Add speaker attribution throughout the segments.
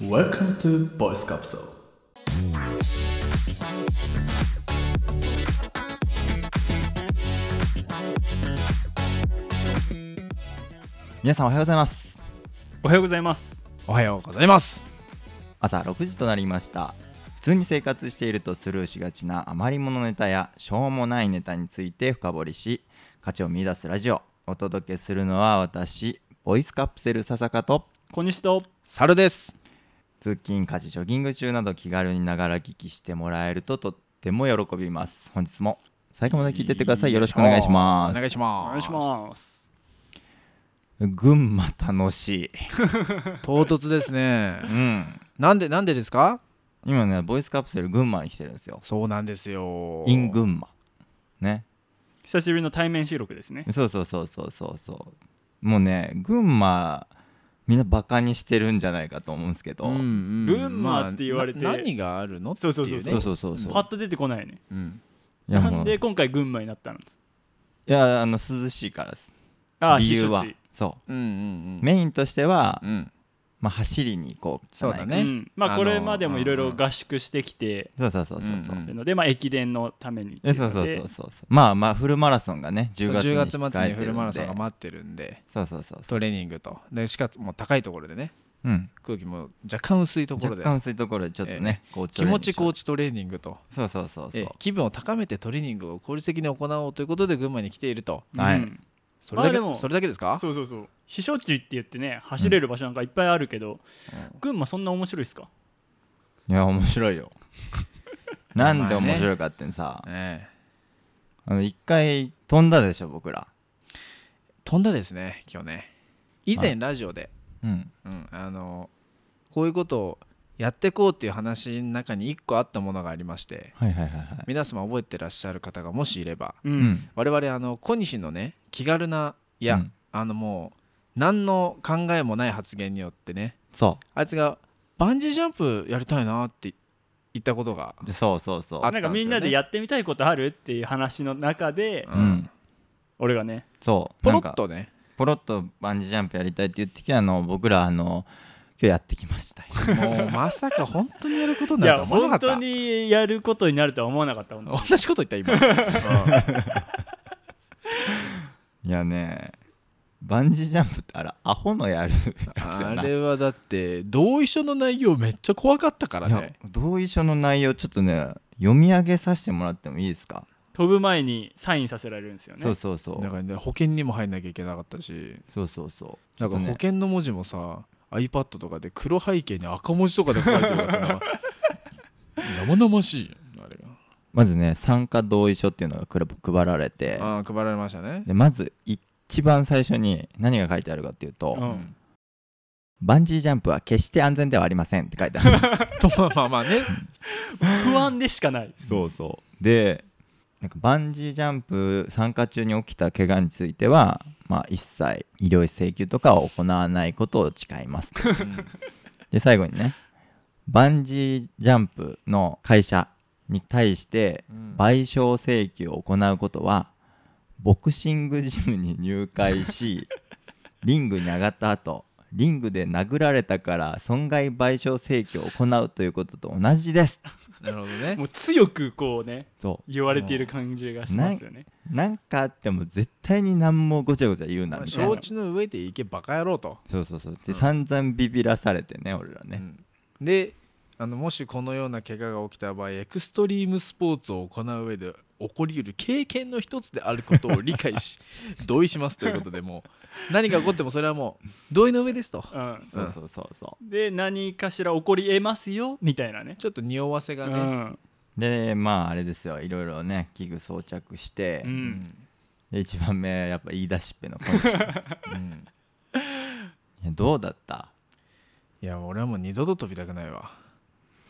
Speaker 1: Welcome to Voice Capsule.
Speaker 2: 皆さんおはようございます
Speaker 3: おはようございます。
Speaker 4: おはようございます。
Speaker 2: 朝6時となりました普通に生活しているとスルーしがちな余り物ネタやしょうもないネタについて深掘りし価値を見出すラジオお届けするのは私ボイスカプセル笹香と
Speaker 3: 小西と
Speaker 4: 猿です。
Speaker 2: 通勤家事ジョギング中など気軽にながら聞きしてもらえるととっても喜びます本日も最後まで聞いてってくださいよろしくお願いしま
Speaker 4: お願
Speaker 2: す
Speaker 4: いしま
Speaker 3: お
Speaker 4: す。
Speaker 3: 願いします。
Speaker 2: 群馬楽しい
Speaker 4: す。唐突ですね
Speaker 2: う。ん
Speaker 4: なんでなんでですか？
Speaker 2: 今ねボイスカプセル群馬に来てるんですよ
Speaker 4: そうなんですよ。
Speaker 2: イン群馬ね
Speaker 3: 久しぶりの対面収録ですね。
Speaker 2: そうそうそうそうそうそうもうね群馬みんなバカにしてるんじゃないかと思うんですけど、
Speaker 4: うんうん。
Speaker 3: 群馬
Speaker 4: まあ
Speaker 3: って言われて
Speaker 4: な何があるの？
Speaker 3: そうそうそう
Speaker 4: ってい
Speaker 2: そう
Speaker 4: ね。
Speaker 2: そうそうそう
Speaker 3: パッと出てこないね。
Speaker 4: うん。
Speaker 2: いや
Speaker 3: な
Speaker 2: も
Speaker 3: ん
Speaker 2: う
Speaker 3: で
Speaker 2: い
Speaker 3: 今回群馬になったんです。
Speaker 2: やあの涼しいからです
Speaker 3: ああ、
Speaker 2: 理由は
Speaker 3: 避暑地
Speaker 2: そ
Speaker 4: うんうん
Speaker 2: うメインとしては、
Speaker 4: うん。
Speaker 2: まあ、走りに行こうじゃないか
Speaker 4: そうだね
Speaker 3: うん、まあ
Speaker 4: あ
Speaker 3: こ
Speaker 4: のー
Speaker 3: れまでもいろい
Speaker 4: うん
Speaker 3: ろ
Speaker 4: うん
Speaker 3: 合宿してきて
Speaker 2: そうそうそうそうそう
Speaker 4: うんうん
Speaker 3: るので、まあ駅伝のために。
Speaker 2: えそうそうそうそうそうまあまあフルマラソンがね
Speaker 4: そ
Speaker 2: 10
Speaker 4: う
Speaker 2: 月に
Speaker 4: 10月末
Speaker 2: 控え
Speaker 4: に
Speaker 2: て
Speaker 4: フ
Speaker 2: る
Speaker 4: ル
Speaker 2: ん
Speaker 4: マ
Speaker 2: で
Speaker 4: ラソンが待ってるんで、
Speaker 2: そうそうそうそ
Speaker 4: トレーニングと。でしかも高いところでね、
Speaker 2: ううん
Speaker 4: 空気も若干薄いところ
Speaker 2: 若
Speaker 4: で、
Speaker 2: 干薄いところでちょっとね、こう
Speaker 4: 気持ちコー
Speaker 2: チ
Speaker 4: チトレーニングと。
Speaker 2: そうそうそうそう
Speaker 4: え気分を高めてトレーニングを効率的に行おうということで群馬に来ていると
Speaker 3: うん
Speaker 2: はい
Speaker 4: それだけ、
Speaker 3: まあでも
Speaker 4: それだけですか
Speaker 3: そうそうそう。避暑地って言ってね、走れる場所なんかいっぱいあるけど、群馬そんな面白いですか
Speaker 2: いや面白 いよなんで面白いかってさ、
Speaker 4: ええ
Speaker 2: あの一回飛んだでしょ僕ら
Speaker 4: 飛んだですね今日ね以前ラジオで、
Speaker 2: うん
Speaker 4: うん、あのこういうことをやってこうっていう話の中に1個あったものがありまして
Speaker 2: はいはいはいはい
Speaker 4: 皆様覚えてらっしゃる方がもしいれば
Speaker 3: う。
Speaker 2: うん
Speaker 4: 我々あの小西のね気軽ないや、
Speaker 2: うん
Speaker 4: あのもう何の考えもない発言によってね
Speaker 2: そ
Speaker 4: あいつがバンジージャンプやりたいなって言ったことが、
Speaker 2: うそうそうそう
Speaker 4: あ
Speaker 3: なんかみんなでやってみたいことあるっていう話の中で、
Speaker 2: うん
Speaker 3: 俺がね、
Speaker 2: そう
Speaker 4: ポロ
Speaker 2: な
Speaker 4: ッ
Speaker 2: んか
Speaker 4: とね
Speaker 2: ポロッとバンジージャンプやりたいって言ってきたのを僕らあの今日やってきました
Speaker 4: もうまさか本当にやることに
Speaker 3: い
Speaker 4: なる
Speaker 3: や、
Speaker 4: とは思わな
Speaker 3: 本
Speaker 4: か
Speaker 3: 当
Speaker 4: った
Speaker 3: にやることになるとは思わなかった、本当に
Speaker 4: 同じこと言った今、うん
Speaker 2: いやねバンジージャンプってあらアホのやるやつやな
Speaker 4: あれはだって同意書の内容めっちゃ怖かったから
Speaker 2: いや
Speaker 4: ね
Speaker 2: 同意書の内容ちょっとね読み上げさせてもらってもいいですか、
Speaker 3: 飛ぶ前にサインさせられるんですよね。
Speaker 2: そうそうそう
Speaker 4: だからね保険にも入んなきゃいけなかったし
Speaker 2: そうそうそう
Speaker 4: なんか
Speaker 2: ちょっとね
Speaker 4: 保険の文字もさ iPad とかで黒背景に赤文字とかで書かれてるから さ生々しいよあれ
Speaker 2: まずね参加同意書っていうのがくら配られて
Speaker 4: があー配られましたね
Speaker 2: でまず一番最初に何が書いてあるかっていうと、
Speaker 3: うん
Speaker 2: バンジージャンプは決して安全ではありませんって書いてある
Speaker 4: と まあまあまあね
Speaker 3: 不安でしかない。
Speaker 2: そうそうでなんかバンジージャンプ参加中に起きた怪我については、まあ、一切医療請求とかを行わないことを誓いますで最後にねバンジージャンプの会社に対して
Speaker 4: うん
Speaker 2: 賠償請求を行うことはボクシングジムに入会 しリングに上がった後リングで殴られたから損害賠償請求を行うということと同じです
Speaker 4: なるほどね
Speaker 3: もう強くこうね、
Speaker 2: そ
Speaker 3: 言われている感じがしますよね。
Speaker 2: うなんかあっても絶対に何もごちゃごちゃ言うな
Speaker 4: まあ
Speaker 2: みたいな
Speaker 4: 承知の上でいけバカ野郎と、
Speaker 2: そうそうそうで、
Speaker 4: うん
Speaker 2: 散々ビビらされてね俺ら
Speaker 4: う
Speaker 2: ね、
Speaker 4: んであのもしこのような怪我が起きた場合エクストリームスポーツを行う上で起こり得る経験の一つであることを理解 し同意しますということでもう何が起こってもそれはもう同意の上ですと
Speaker 3: うん
Speaker 2: そうそうそうそ
Speaker 3: で、何かしら起こり得ますよみたいなね。
Speaker 4: ちょっと匂わせ
Speaker 3: う
Speaker 4: がね、
Speaker 3: ん。
Speaker 2: うでまああれですよいろいろね器具装着して、
Speaker 3: う
Speaker 4: うんん
Speaker 2: で一番目やっぱ言い出しっぺの今週いや
Speaker 4: うん
Speaker 2: どうだった
Speaker 4: いや俺はもう二度と飛びたくないわ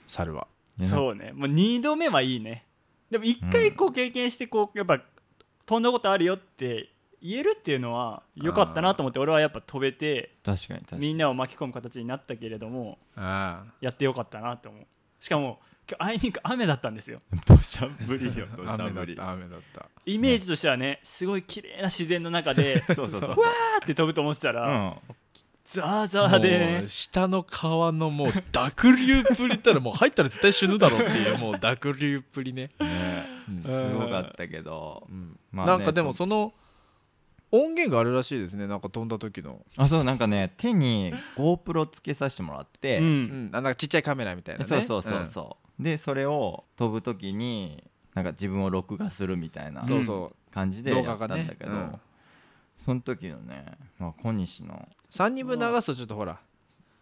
Speaker 4: 猿はい
Speaker 2: や
Speaker 3: そうね。もう2度目はいいね。でも1回こう経験して、こう、やっぱ飛んだことあるよって言えるっていうのは良かったなと思って、俺はやっぱ飛べて、
Speaker 2: 確かに確かに
Speaker 3: みんなを巻き込む形になったけれども、
Speaker 4: ああ
Speaker 3: やってよかったなと思う。しかも、今日あいにく雨だったんですよ。
Speaker 2: 土砂降りよ土砂
Speaker 4: 雨だ
Speaker 2: 降
Speaker 4: っ
Speaker 2: り
Speaker 4: た雨だった
Speaker 3: イメー ジとしてはね、すごい綺麗な自然の中で、
Speaker 2: そうそうそう
Speaker 3: わーって飛ぶと思ってたら、
Speaker 2: うん
Speaker 3: ザーザーで
Speaker 4: も
Speaker 3: ね
Speaker 4: う下の川のもう濁流っぷりったらもう入ったら絶対死ぬだろうっていうもう濁流っぷりね、
Speaker 2: ね
Speaker 4: うん
Speaker 2: すごかったけど、まあね
Speaker 4: なんかでもその音源があるらしいですねなんか飛んだ時の、
Speaker 2: あそうなんかね手に GoPro つけさせてもらって、
Speaker 3: う
Speaker 4: うんん、あなんかちっちゃいカメラみたいなね
Speaker 2: そうそうそうそう、でそれを飛ぶ時になんか自分を録画するみたいな
Speaker 4: うんそうそう
Speaker 2: 感じでや
Speaker 4: 動
Speaker 2: った
Speaker 4: 画
Speaker 2: んだ
Speaker 4: がね
Speaker 2: けど、
Speaker 4: うん
Speaker 2: その時のね、まあ、小西の、
Speaker 4: 3人分流すとちょっとほら、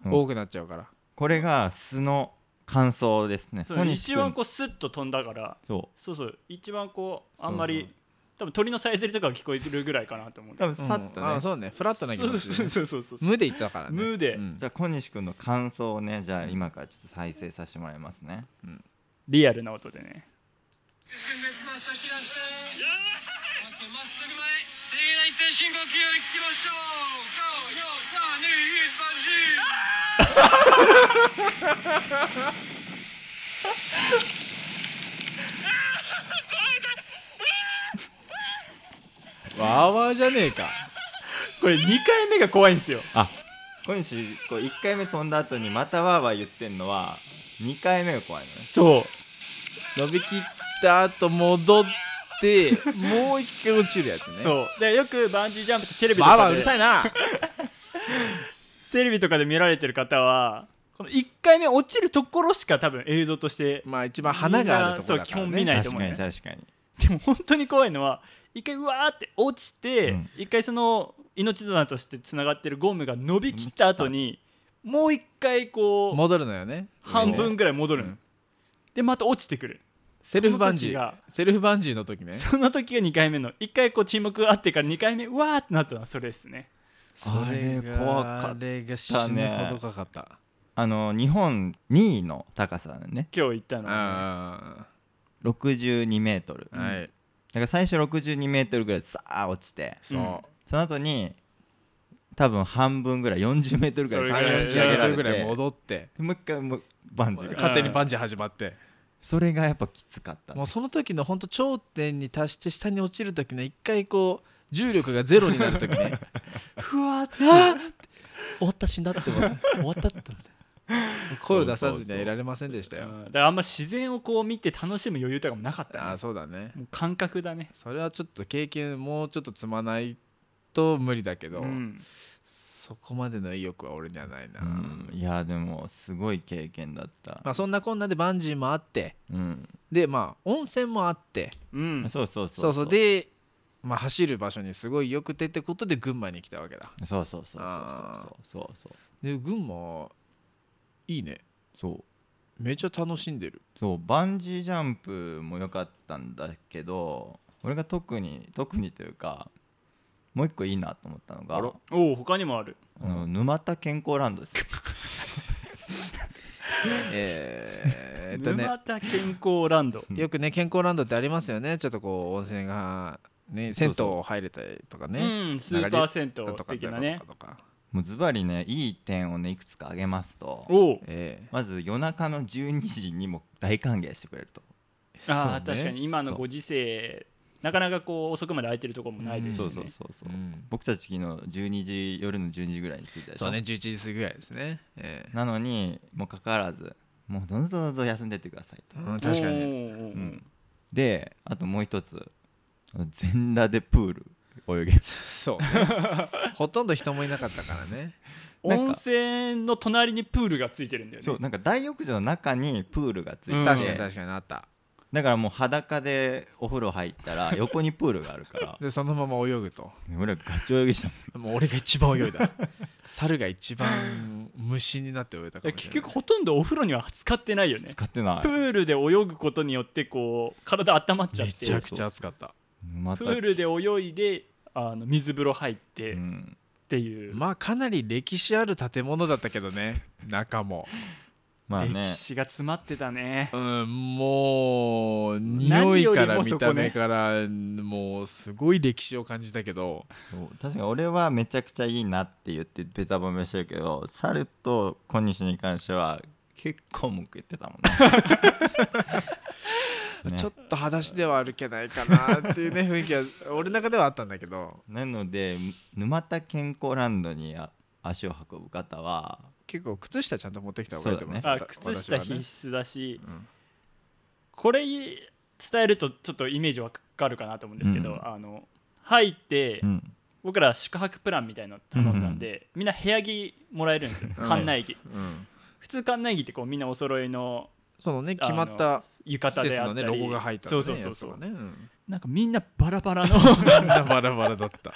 Speaker 2: うん
Speaker 4: 多くなっちゃうから
Speaker 2: これが素の感想ですね
Speaker 3: そう
Speaker 2: 小西
Speaker 3: 一
Speaker 2: 君
Speaker 3: 番こうスッと飛んだから
Speaker 2: そ
Speaker 3: そうそう一番こうあんまり多分鳥のさえずりとかが聞こえるぐらいかなと思う
Speaker 2: う多分さっと
Speaker 4: うん
Speaker 2: ね、
Speaker 4: あそうねフラットな気持ちで
Speaker 3: そう
Speaker 4: ね
Speaker 3: そうそうそう
Speaker 4: 無で行ったからね
Speaker 3: 無で
Speaker 4: うん
Speaker 2: じゃあ小西君の感想をねじゃあ今からちょっと再生させてもらいますね
Speaker 3: リアルな音でね
Speaker 4: わーわーじゃねえか
Speaker 3: これ2回目が怖いんですよ
Speaker 2: あ小西こう1回目飛んだ後にまたわーわー言ってんのは2回目が怖いのね
Speaker 3: そう
Speaker 4: 伸びきった後戻ってもう一回落ちるやつね
Speaker 3: そうでよくバンジージャンプってテレビと
Speaker 4: わーわ
Speaker 3: か
Speaker 4: ーうる
Speaker 3: で
Speaker 4: さいな
Speaker 3: テレビとかで見られてる方はこの1回目落ちるところしか多分映像として
Speaker 4: まあ一番花があるところだから、ね、
Speaker 3: みんなそう基本見ないと
Speaker 2: 確
Speaker 3: 思う
Speaker 2: かに
Speaker 3: ね
Speaker 2: 確かに
Speaker 3: でも本当に怖いのは一回うわーって落ち
Speaker 2: う
Speaker 3: て
Speaker 2: ん
Speaker 3: 一、回その命綱としてつながってるゴムが伸びきった後にもう一回こう
Speaker 4: 戻るのよね
Speaker 3: 半分ぐらい戻るの、
Speaker 4: うん
Speaker 3: でまた落ちてくる
Speaker 4: セルフバンジ
Speaker 3: その
Speaker 4: ー
Speaker 3: 時が
Speaker 4: セルフバンジーの時ね
Speaker 3: その時が2回目の1回こう沈黙があってから2回目うわーってなったのはそれですね
Speaker 2: あれ
Speaker 4: そ
Speaker 2: 怖かったね
Speaker 4: あれが死ぬほど怖かった
Speaker 2: あの日本2位の高さだね
Speaker 3: 今日行ったのは
Speaker 4: あ
Speaker 2: 62メートル
Speaker 4: あはい
Speaker 2: だから最初62メートルぐらいさあ落ちて
Speaker 4: そう、
Speaker 3: うん
Speaker 2: その後に多分半分ぐらい40メートルぐらい
Speaker 3: そ
Speaker 2: 下げら
Speaker 3: れぐらい
Speaker 4: 3 4 0メ
Speaker 2: れ
Speaker 4: ートルぐら
Speaker 2: て
Speaker 4: い戻って
Speaker 2: もう一回もうバンジーが
Speaker 3: か
Speaker 4: 勝手にバンジー始まって
Speaker 2: それがやっぱきつかったね
Speaker 4: もうその時の本当頂点に達して下に落ちる時の一回こう重力がゼロになる時ねふわーって終わった死んだって思った終わったって思った声を出さずにはいられませんでした
Speaker 3: う
Speaker 4: よ
Speaker 3: んだからあんま自然をこう見て楽しむ余裕とかもなかったね
Speaker 4: ああそうだね
Speaker 3: もう感覚だね
Speaker 4: それはちょっと経験もうちょっと積まないと無理だけど、
Speaker 3: うん
Speaker 4: そこまでの意欲は俺にはないな、
Speaker 2: うんいやでもすごい経験だった
Speaker 4: まあ、そんなこんなでバンジーもあって
Speaker 2: うん
Speaker 4: でまあ温泉もあって
Speaker 3: うん
Speaker 2: そうそう
Speaker 4: そ
Speaker 2: そう
Speaker 4: うそうで、まあ、走る場所にすごいよくてってことで群馬に来たわけだ
Speaker 2: そうそうそうそう
Speaker 4: あー
Speaker 2: そうそうそう
Speaker 4: で群馬いいね
Speaker 2: そう
Speaker 4: めちゃ楽しんでる
Speaker 2: そうバンジージャンプも良かったんだけど俺が特に特にというかもう一個いいなと思ったのが
Speaker 4: あら
Speaker 3: おお他にもある
Speaker 2: あの沼田健康ランドですよ
Speaker 4: えー、っとね
Speaker 3: 沼田健康ランド
Speaker 4: よくね健康ランドってありますよねちょっとこう温泉がね
Speaker 2: そ
Speaker 4: 銭
Speaker 2: うそう
Speaker 4: 湯入れたりとかね
Speaker 3: うんスーパー銭湯
Speaker 4: とか
Speaker 3: 的なね
Speaker 4: とかとか
Speaker 2: もうズバリねいい点をねいくつか挙げますと
Speaker 3: おお
Speaker 4: ええ
Speaker 2: まず夜中の12時にも大歓迎してくれると
Speaker 3: ああ、
Speaker 4: そうね
Speaker 3: 確かに今の
Speaker 2: そう
Speaker 3: ご時世なかなかこう遅くまで空いてるところもないですし、
Speaker 2: そ
Speaker 3: ね
Speaker 2: うそうそうそう、
Speaker 4: うん
Speaker 2: 僕たち昨日12時夜の12時ぐらいに着いたでしょ
Speaker 4: そうね11時過ぎぐらいですね、ええ
Speaker 2: なのにもかかわらずもうどうぞどうぞ休んでってくださいと
Speaker 4: うん、確かに
Speaker 3: に、
Speaker 2: う
Speaker 3: うん
Speaker 2: ん、であともう一つあの全裸でプール泳げる
Speaker 4: そうねほとんど人もいなかったからね
Speaker 2: なんか
Speaker 3: 温泉の隣にプールがついてるんだよね
Speaker 2: そうなんか大浴場の中にプールがついてて、
Speaker 3: うん
Speaker 4: 確かに確かにあった
Speaker 2: だからもう裸でお風呂入ったら横にプールがあるから
Speaker 4: でそのまま泳ぐと
Speaker 2: 俺らガチ泳ぎしたもん
Speaker 4: もう俺が一番泳いだ猿が一番虫になって泳いだかもしれない
Speaker 3: 結局ほとんどお風呂には使ってないよね
Speaker 2: 使ってな
Speaker 3: プ
Speaker 2: い
Speaker 3: ールで泳ぐことによってこう体温まっちゃっ
Speaker 4: めちゃ
Speaker 3: て
Speaker 4: くちゃ暑かった
Speaker 2: ま
Speaker 3: プ
Speaker 2: た
Speaker 3: ールで泳いであの水風呂入って
Speaker 2: う
Speaker 3: っ
Speaker 2: ん、
Speaker 3: ていう、
Speaker 4: まあかなり歴史ある建物だったけどね中も
Speaker 2: まあ
Speaker 3: 歴
Speaker 2: ね
Speaker 3: 史が詰まってたね
Speaker 4: うんもう匂
Speaker 3: 何
Speaker 4: い
Speaker 3: よりも
Speaker 4: から見
Speaker 3: そ
Speaker 4: た
Speaker 3: こね
Speaker 4: 目からもうすごい歴史を感じたけど
Speaker 2: そう確かに俺はめちゃくちゃいいなって言ってベタ褒めしてるけど猿と小西に関しては結構文句言ってたもんねね
Speaker 4: ちょっと裸足では歩けないかなってい うね雰囲気は俺の中ではあったんだけど
Speaker 2: なので沼田健康ランドにあ足を運ぶ方は
Speaker 4: 結構靴下ちゃんと持ってきた方がいいと思います、
Speaker 3: あ
Speaker 4: わ
Speaker 3: 靴下
Speaker 4: 私は
Speaker 3: 必
Speaker 4: ね
Speaker 3: 須だし、
Speaker 4: うん
Speaker 3: これ伝えるとちょっとイメージわかるかなと思うんですけど、
Speaker 2: うん
Speaker 3: あの入って、
Speaker 2: うん
Speaker 3: 僕ら宿泊プランみたいなの頼んだんで、みんな部屋着もらえるんですよ
Speaker 4: うん
Speaker 3: 館内着
Speaker 4: うん
Speaker 3: 普通館内着ってこうみんなお揃いの
Speaker 4: そのね
Speaker 3: あ
Speaker 4: 決
Speaker 3: の
Speaker 4: まった
Speaker 3: 浴
Speaker 4: 施
Speaker 3: 衣で
Speaker 4: 設
Speaker 3: あ
Speaker 4: の
Speaker 3: った
Speaker 4: ね
Speaker 3: り
Speaker 4: ロゴが入った
Speaker 3: そ
Speaker 4: ね
Speaker 3: うそうそうそう、
Speaker 4: やつがねうん
Speaker 3: なんかみんなバラバラの
Speaker 4: みんなバラバラだった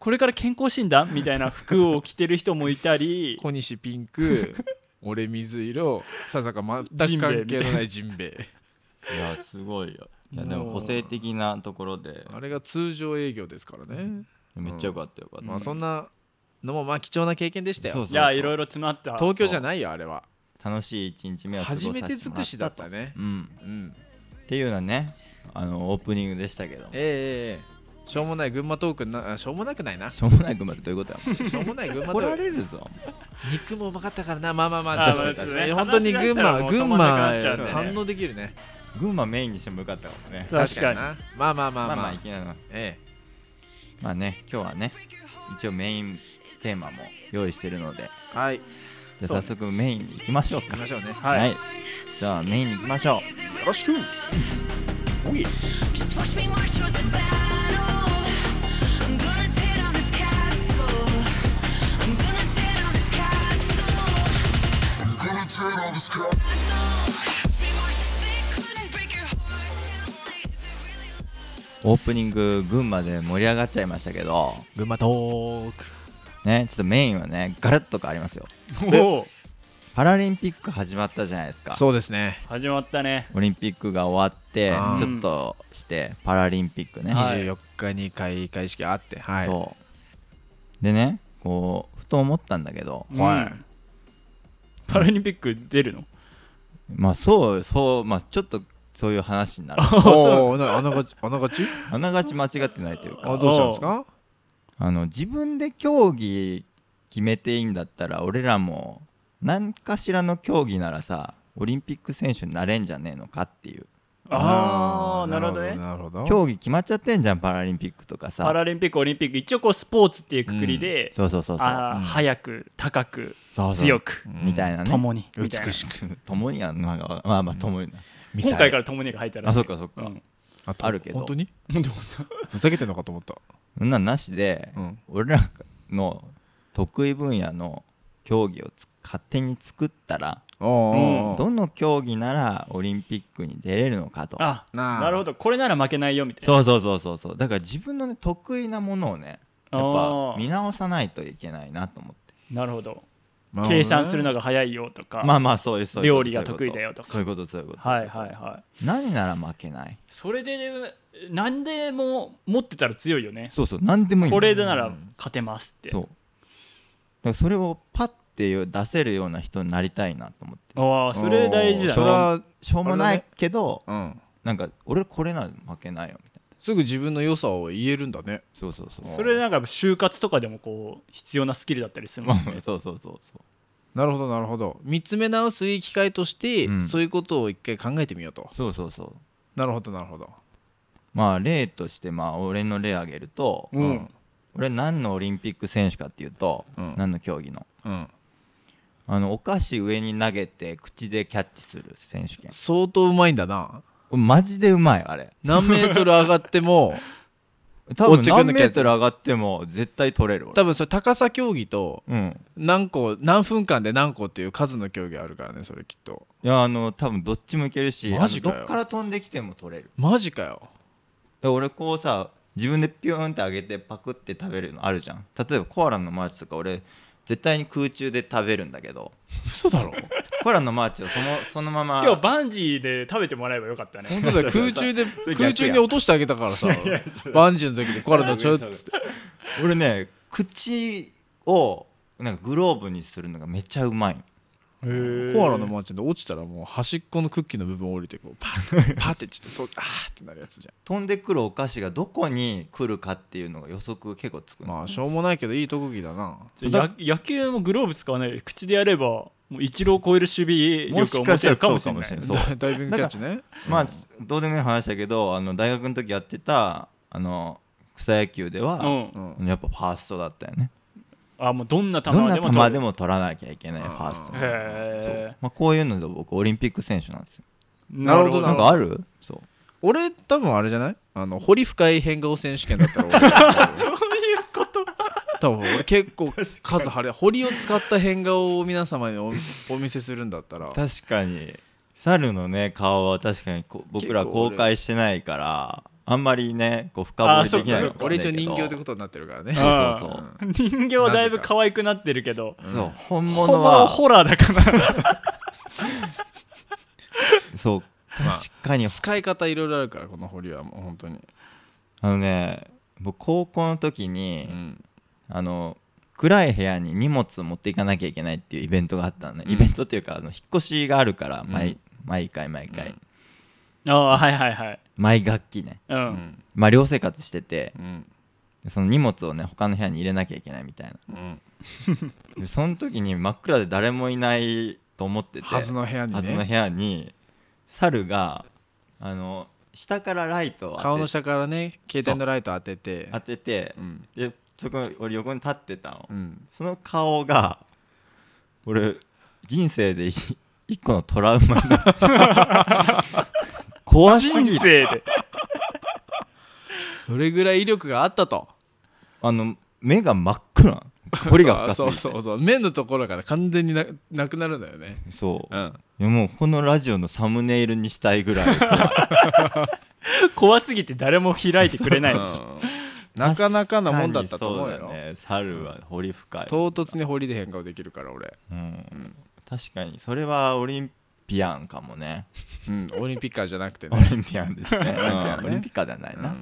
Speaker 3: これから健康診断みたいな服を着てる人もいた り
Speaker 4: 小西ピンク俺水色ささか全く関係のないジンベエ
Speaker 2: いやすごいよいやで
Speaker 3: も
Speaker 2: も
Speaker 3: う
Speaker 2: 個性的なところで
Speaker 4: あれが通常営業ですからね、
Speaker 2: めっちゃよかったよかった、
Speaker 4: まあそんなのもまあ貴重な経験でしたよ
Speaker 2: そうそう
Speaker 3: いやいろいろ詰まった
Speaker 4: 東京じゃないよあれは
Speaker 2: 楽しい一日目を過ごさせて
Speaker 4: 初
Speaker 2: も
Speaker 4: め
Speaker 2: ら
Speaker 4: て尽くしだったね
Speaker 2: うん
Speaker 4: うん
Speaker 2: っていうようなねあのオープニングでしたけども
Speaker 4: ええええしょうもない群馬トークなあしょうもなく ないなし
Speaker 2: しょうもないくまでどういうことや
Speaker 4: ょうもない群馬ト
Speaker 2: 怒ら
Speaker 4: ーク
Speaker 2: れるぞ
Speaker 4: 肉もうまかったからなまあまあまあ
Speaker 3: あ
Speaker 4: 確
Speaker 3: まあ
Speaker 4: かに確かに
Speaker 3: そうね
Speaker 4: 本当に群馬
Speaker 3: 話し出したらもう
Speaker 4: 群
Speaker 3: 止ま
Speaker 4: 馬
Speaker 3: らなくなっちゃうんでね
Speaker 4: 堪能できるね
Speaker 2: 群馬メインにしてもよかったかもね
Speaker 3: 確かに
Speaker 4: なまあまあまあ
Speaker 2: ま
Speaker 4: ま
Speaker 2: あ
Speaker 4: あ、
Speaker 2: まあいきなり
Speaker 4: え
Speaker 2: まあね今日はね一応メインテーマも用意してるので
Speaker 4: えはい
Speaker 2: じゃ
Speaker 3: そう
Speaker 2: あ
Speaker 3: ね
Speaker 2: 早速メインに行きましょうか
Speaker 4: 行きましょうねよ
Speaker 3: はい、
Speaker 2: じゃあメインに行きましょう
Speaker 4: ろしく
Speaker 5: Just watch me march towards the battle. I'm gonna tear down this castle. I'm gonna tear down this castle.
Speaker 6: gonna turn all this crap.
Speaker 5: We marched thick, couldn't break your heart. Now, is it really love?
Speaker 2: オープニング群馬で盛り上がっちゃいましたけど
Speaker 4: 群馬トーク
Speaker 2: ねちょっとメインはねガラッと変わりますよ
Speaker 3: おお
Speaker 2: パラリンピック始まったじゃないですか
Speaker 4: そうですね
Speaker 3: 始まったね
Speaker 2: オリンピックが終わって
Speaker 4: あー
Speaker 2: ちょっとしてパラリンピックね、
Speaker 3: はい
Speaker 4: 24日に開会式あってはい
Speaker 2: そうでねこうふと思ったんだけど、
Speaker 4: はい、
Speaker 3: うんパラリンピック出るの
Speaker 2: まあそうそうまあちょっとそういう話 になる
Speaker 4: おおなあながちあながち
Speaker 2: あながち間違ってないという
Speaker 4: あ
Speaker 2: か
Speaker 4: どうしたんですか
Speaker 2: あの自分で競技決めていいんだったら俺らも何かしらの競技ならさオリンピック選手になれんじゃねえのかっていう
Speaker 3: ああなるほどね
Speaker 4: なるほど今日
Speaker 2: 競技決まっちゃってんじゃんパラリンピックとか
Speaker 3: パ
Speaker 2: さ
Speaker 3: ラリンピックオリンピック一応こうスポーツっていうくくりで、
Speaker 2: そうそうそうそう
Speaker 3: あー早く高く
Speaker 2: そうそう
Speaker 3: 強く
Speaker 2: みたいなね
Speaker 3: 共にみたいな
Speaker 4: 美しく
Speaker 2: 共にはなんかまあまあ共にな
Speaker 3: 今回からら共にが入ったら
Speaker 2: あそっかそっか、
Speaker 3: うん
Speaker 4: あ
Speaker 2: あるけど
Speaker 4: 本当に
Speaker 3: 本当
Speaker 4: ふざけてんのかと 思った
Speaker 2: そんなんなしで、
Speaker 4: うん
Speaker 2: 俺らの得意分野の競技をつ勝手に作ったら
Speaker 4: お
Speaker 3: うん
Speaker 4: ー
Speaker 2: どの競技ならオリンピックに出れるのかと
Speaker 3: あ
Speaker 4: なあ
Speaker 3: なるほどこれなら負けないよみたいな
Speaker 2: そうそうそうそうそうだから自分のね得意なものをねやっぱ
Speaker 3: あー
Speaker 2: 見直さないといけないなと思って
Speaker 3: なるほど
Speaker 4: なるほどね
Speaker 3: 計算するのが早いよとか、
Speaker 2: まあまあそうですそういうこと
Speaker 3: 料理が得意だよとか
Speaker 2: そういうことそういうことそう
Speaker 3: は
Speaker 2: いう
Speaker 3: い
Speaker 2: こと
Speaker 3: はいはい
Speaker 2: 何なら負けない
Speaker 3: それで何でも持ってたら強いよね
Speaker 2: そうそう何でもいい
Speaker 3: これでなら勝てますって
Speaker 2: そうだからそれをパッて出せるような人になりたいなと思って
Speaker 3: ああそれ大事だ
Speaker 4: それ
Speaker 3: な
Speaker 4: は
Speaker 2: しょうもないけど、
Speaker 4: うん
Speaker 2: なんか俺これなら負けないよみたいな
Speaker 4: すぐ自分の良さを言えるんだね
Speaker 2: そうそうそう
Speaker 3: それなんか就活とかでもこう必要なスキルだったりする
Speaker 2: ま
Speaker 3: も
Speaker 2: あ
Speaker 3: ん
Speaker 2: ま
Speaker 3: ね
Speaker 2: あそうそうそうそう
Speaker 4: なるほどなるほど見つめ直すいい機会として、
Speaker 2: うん
Speaker 4: そういうことを一回考えてみようと
Speaker 2: そうそうそう
Speaker 4: なるほどなるほど
Speaker 2: まあ例としてまあ俺の例挙げると、
Speaker 3: うん
Speaker 2: 俺何のオリンピック選手かっていうと、
Speaker 4: うん
Speaker 2: 何の競技の
Speaker 4: うん
Speaker 2: あのお菓子上に投げて口でキャッチする選手権
Speaker 4: 相当うまいんだな
Speaker 2: マジでうまいあれ
Speaker 4: 何メートル上がって も
Speaker 2: 多分
Speaker 4: 落ちてくん
Speaker 2: 何
Speaker 4: のキ
Speaker 2: メ
Speaker 4: ャッチ
Speaker 2: ートル上がっても絶対取れる
Speaker 4: 多
Speaker 2: 俺
Speaker 4: 分それ高さ競技と
Speaker 2: うん
Speaker 4: 何個何分間で何個っていう数の競技あるからねそれきっと
Speaker 2: いやあの多分どっちもいけるし
Speaker 4: マジか
Speaker 2: あ
Speaker 4: よ
Speaker 2: のどっから飛んできても取れる
Speaker 4: マジかよ
Speaker 2: で俺こうさ自分でピューンって上げてパクって食べるのあるじゃん例えばコアラのマーチとか俺絶対に空中で食べるんだけど
Speaker 4: 嘘だろ
Speaker 2: コアラのマーチをそのそのま ま
Speaker 3: 今日バンジーで食べてもらえばよかったね
Speaker 4: 本当だよ空中で
Speaker 2: れ逆や
Speaker 4: 空中に落としてあげたからさバンジーの時でコアラのちょっつって
Speaker 2: 俺ね口をなんかグローブにするのがめっちゃうまい
Speaker 4: コアラのマーチで落ちたらもう端っこのクッキーの部分降りてこう パッパッてちってそうあーってなるやつじ
Speaker 2: 飛んでくるお菓子がどこに来るかっていうのが予測結構つく
Speaker 4: ゃ
Speaker 2: の
Speaker 4: んまあしょうもないけどいい特技だな
Speaker 3: じゃあや野球もグローブ使わないで口でやればもう一郎を超える守備力を持てるかもしれ
Speaker 2: も
Speaker 3: な
Speaker 2: しか
Speaker 3: い
Speaker 2: したらそうかもしれないそう
Speaker 4: だダイビングキャッチね
Speaker 2: まあどうでもいい話だけどあの大学の時やってたあの草野球で
Speaker 3: う
Speaker 2: は、
Speaker 3: ん
Speaker 4: うん
Speaker 2: やっぱファーストだったよね
Speaker 3: あもうどんな球で
Speaker 2: どん
Speaker 3: も
Speaker 2: な
Speaker 3: 取る
Speaker 2: 球でも取らなきゃいけないファースト
Speaker 4: も
Speaker 3: へえ
Speaker 2: まあ、こういうので僕オリンピック選手なんですよ
Speaker 4: なるほど
Speaker 2: なんかあるそう
Speaker 4: 俺多分あれじゃないあの堀深い変顔選手権だった ら俺
Speaker 3: そういうこと
Speaker 4: 多分俺結構数張れ堀を使った変顔を皆様にお お見せするんだったら
Speaker 2: 確かに猿のね顔は確かにこう僕ら
Speaker 4: 結構
Speaker 2: 公
Speaker 4: 俺
Speaker 2: 開してないからあんまりねこう深掘りできない
Speaker 3: あ
Speaker 2: かも
Speaker 3: そうかそうか
Speaker 2: し
Speaker 4: 俺
Speaker 2: れな
Speaker 4: 一応
Speaker 2: いけど
Speaker 4: 人形ってことになってるからね
Speaker 3: あー
Speaker 2: そうそうそう
Speaker 3: 人形はだいぶ可愛くなってるけど
Speaker 2: そう本
Speaker 3: 本物
Speaker 2: 物
Speaker 3: は
Speaker 2: は
Speaker 3: ホラーだから
Speaker 2: そう
Speaker 4: まあ
Speaker 2: 確か に
Speaker 4: 使い方いろいろあるからこの堀はもう本当に、
Speaker 2: あのね僕高校の時に、
Speaker 4: うん
Speaker 2: あの暗い部屋に荷物を持っていかなきゃいけないっていうイベントがあったのね、
Speaker 4: うん
Speaker 2: イベントっていうかあの引っ越しがあるから
Speaker 4: ん
Speaker 2: 毎,、毎回毎回、
Speaker 4: うん
Speaker 3: ああーはいはいはい
Speaker 2: 毎学期ね
Speaker 3: うん、
Speaker 4: うん
Speaker 2: まあ寮生活してて
Speaker 4: うん
Speaker 2: その荷物をね他の部屋に入れなきゃいけないみたいな
Speaker 4: うん
Speaker 2: でその時に真っ暗で誰もいないと思ってて
Speaker 4: はずの部屋に
Speaker 2: はずの
Speaker 4: ね
Speaker 2: 部屋に猿があの下からライトを
Speaker 4: 顔
Speaker 2: 当
Speaker 4: の
Speaker 2: て
Speaker 4: 下からね携帯のライト当てて
Speaker 2: 当てて
Speaker 4: うん
Speaker 2: でそこ俺横に立ってたの、
Speaker 4: うん
Speaker 2: その顔が俺人生でい 一個のトラウマになった 怖すぎ
Speaker 3: 人
Speaker 2: る
Speaker 3: 生で
Speaker 4: それぐらい威力があったと
Speaker 2: あの目が真っ暗なの彫りが深すぎ
Speaker 4: そう
Speaker 2: て
Speaker 4: そうそうそう目のところから完全にななくなるんだよね
Speaker 2: そう
Speaker 4: うん
Speaker 2: いやもうこのラジオのサムネイルにしたいぐらい怖い
Speaker 3: 怖すぎて誰も開いてくれない
Speaker 4: うんなかなかなもんだったと思うよ
Speaker 2: 確かにそうだね猿は彫り深い、
Speaker 4: 唐突に堀で変顔できるから俺、
Speaker 2: うん、確かにそれはオリンピアンかもね
Speaker 4: うん、オリンピッカーじゃなくて
Speaker 2: オ
Speaker 4: ね、
Speaker 2: リンピアンです ね
Speaker 4: ンね
Speaker 2: うんオリンピカではない
Speaker 4: うん
Speaker 2: な、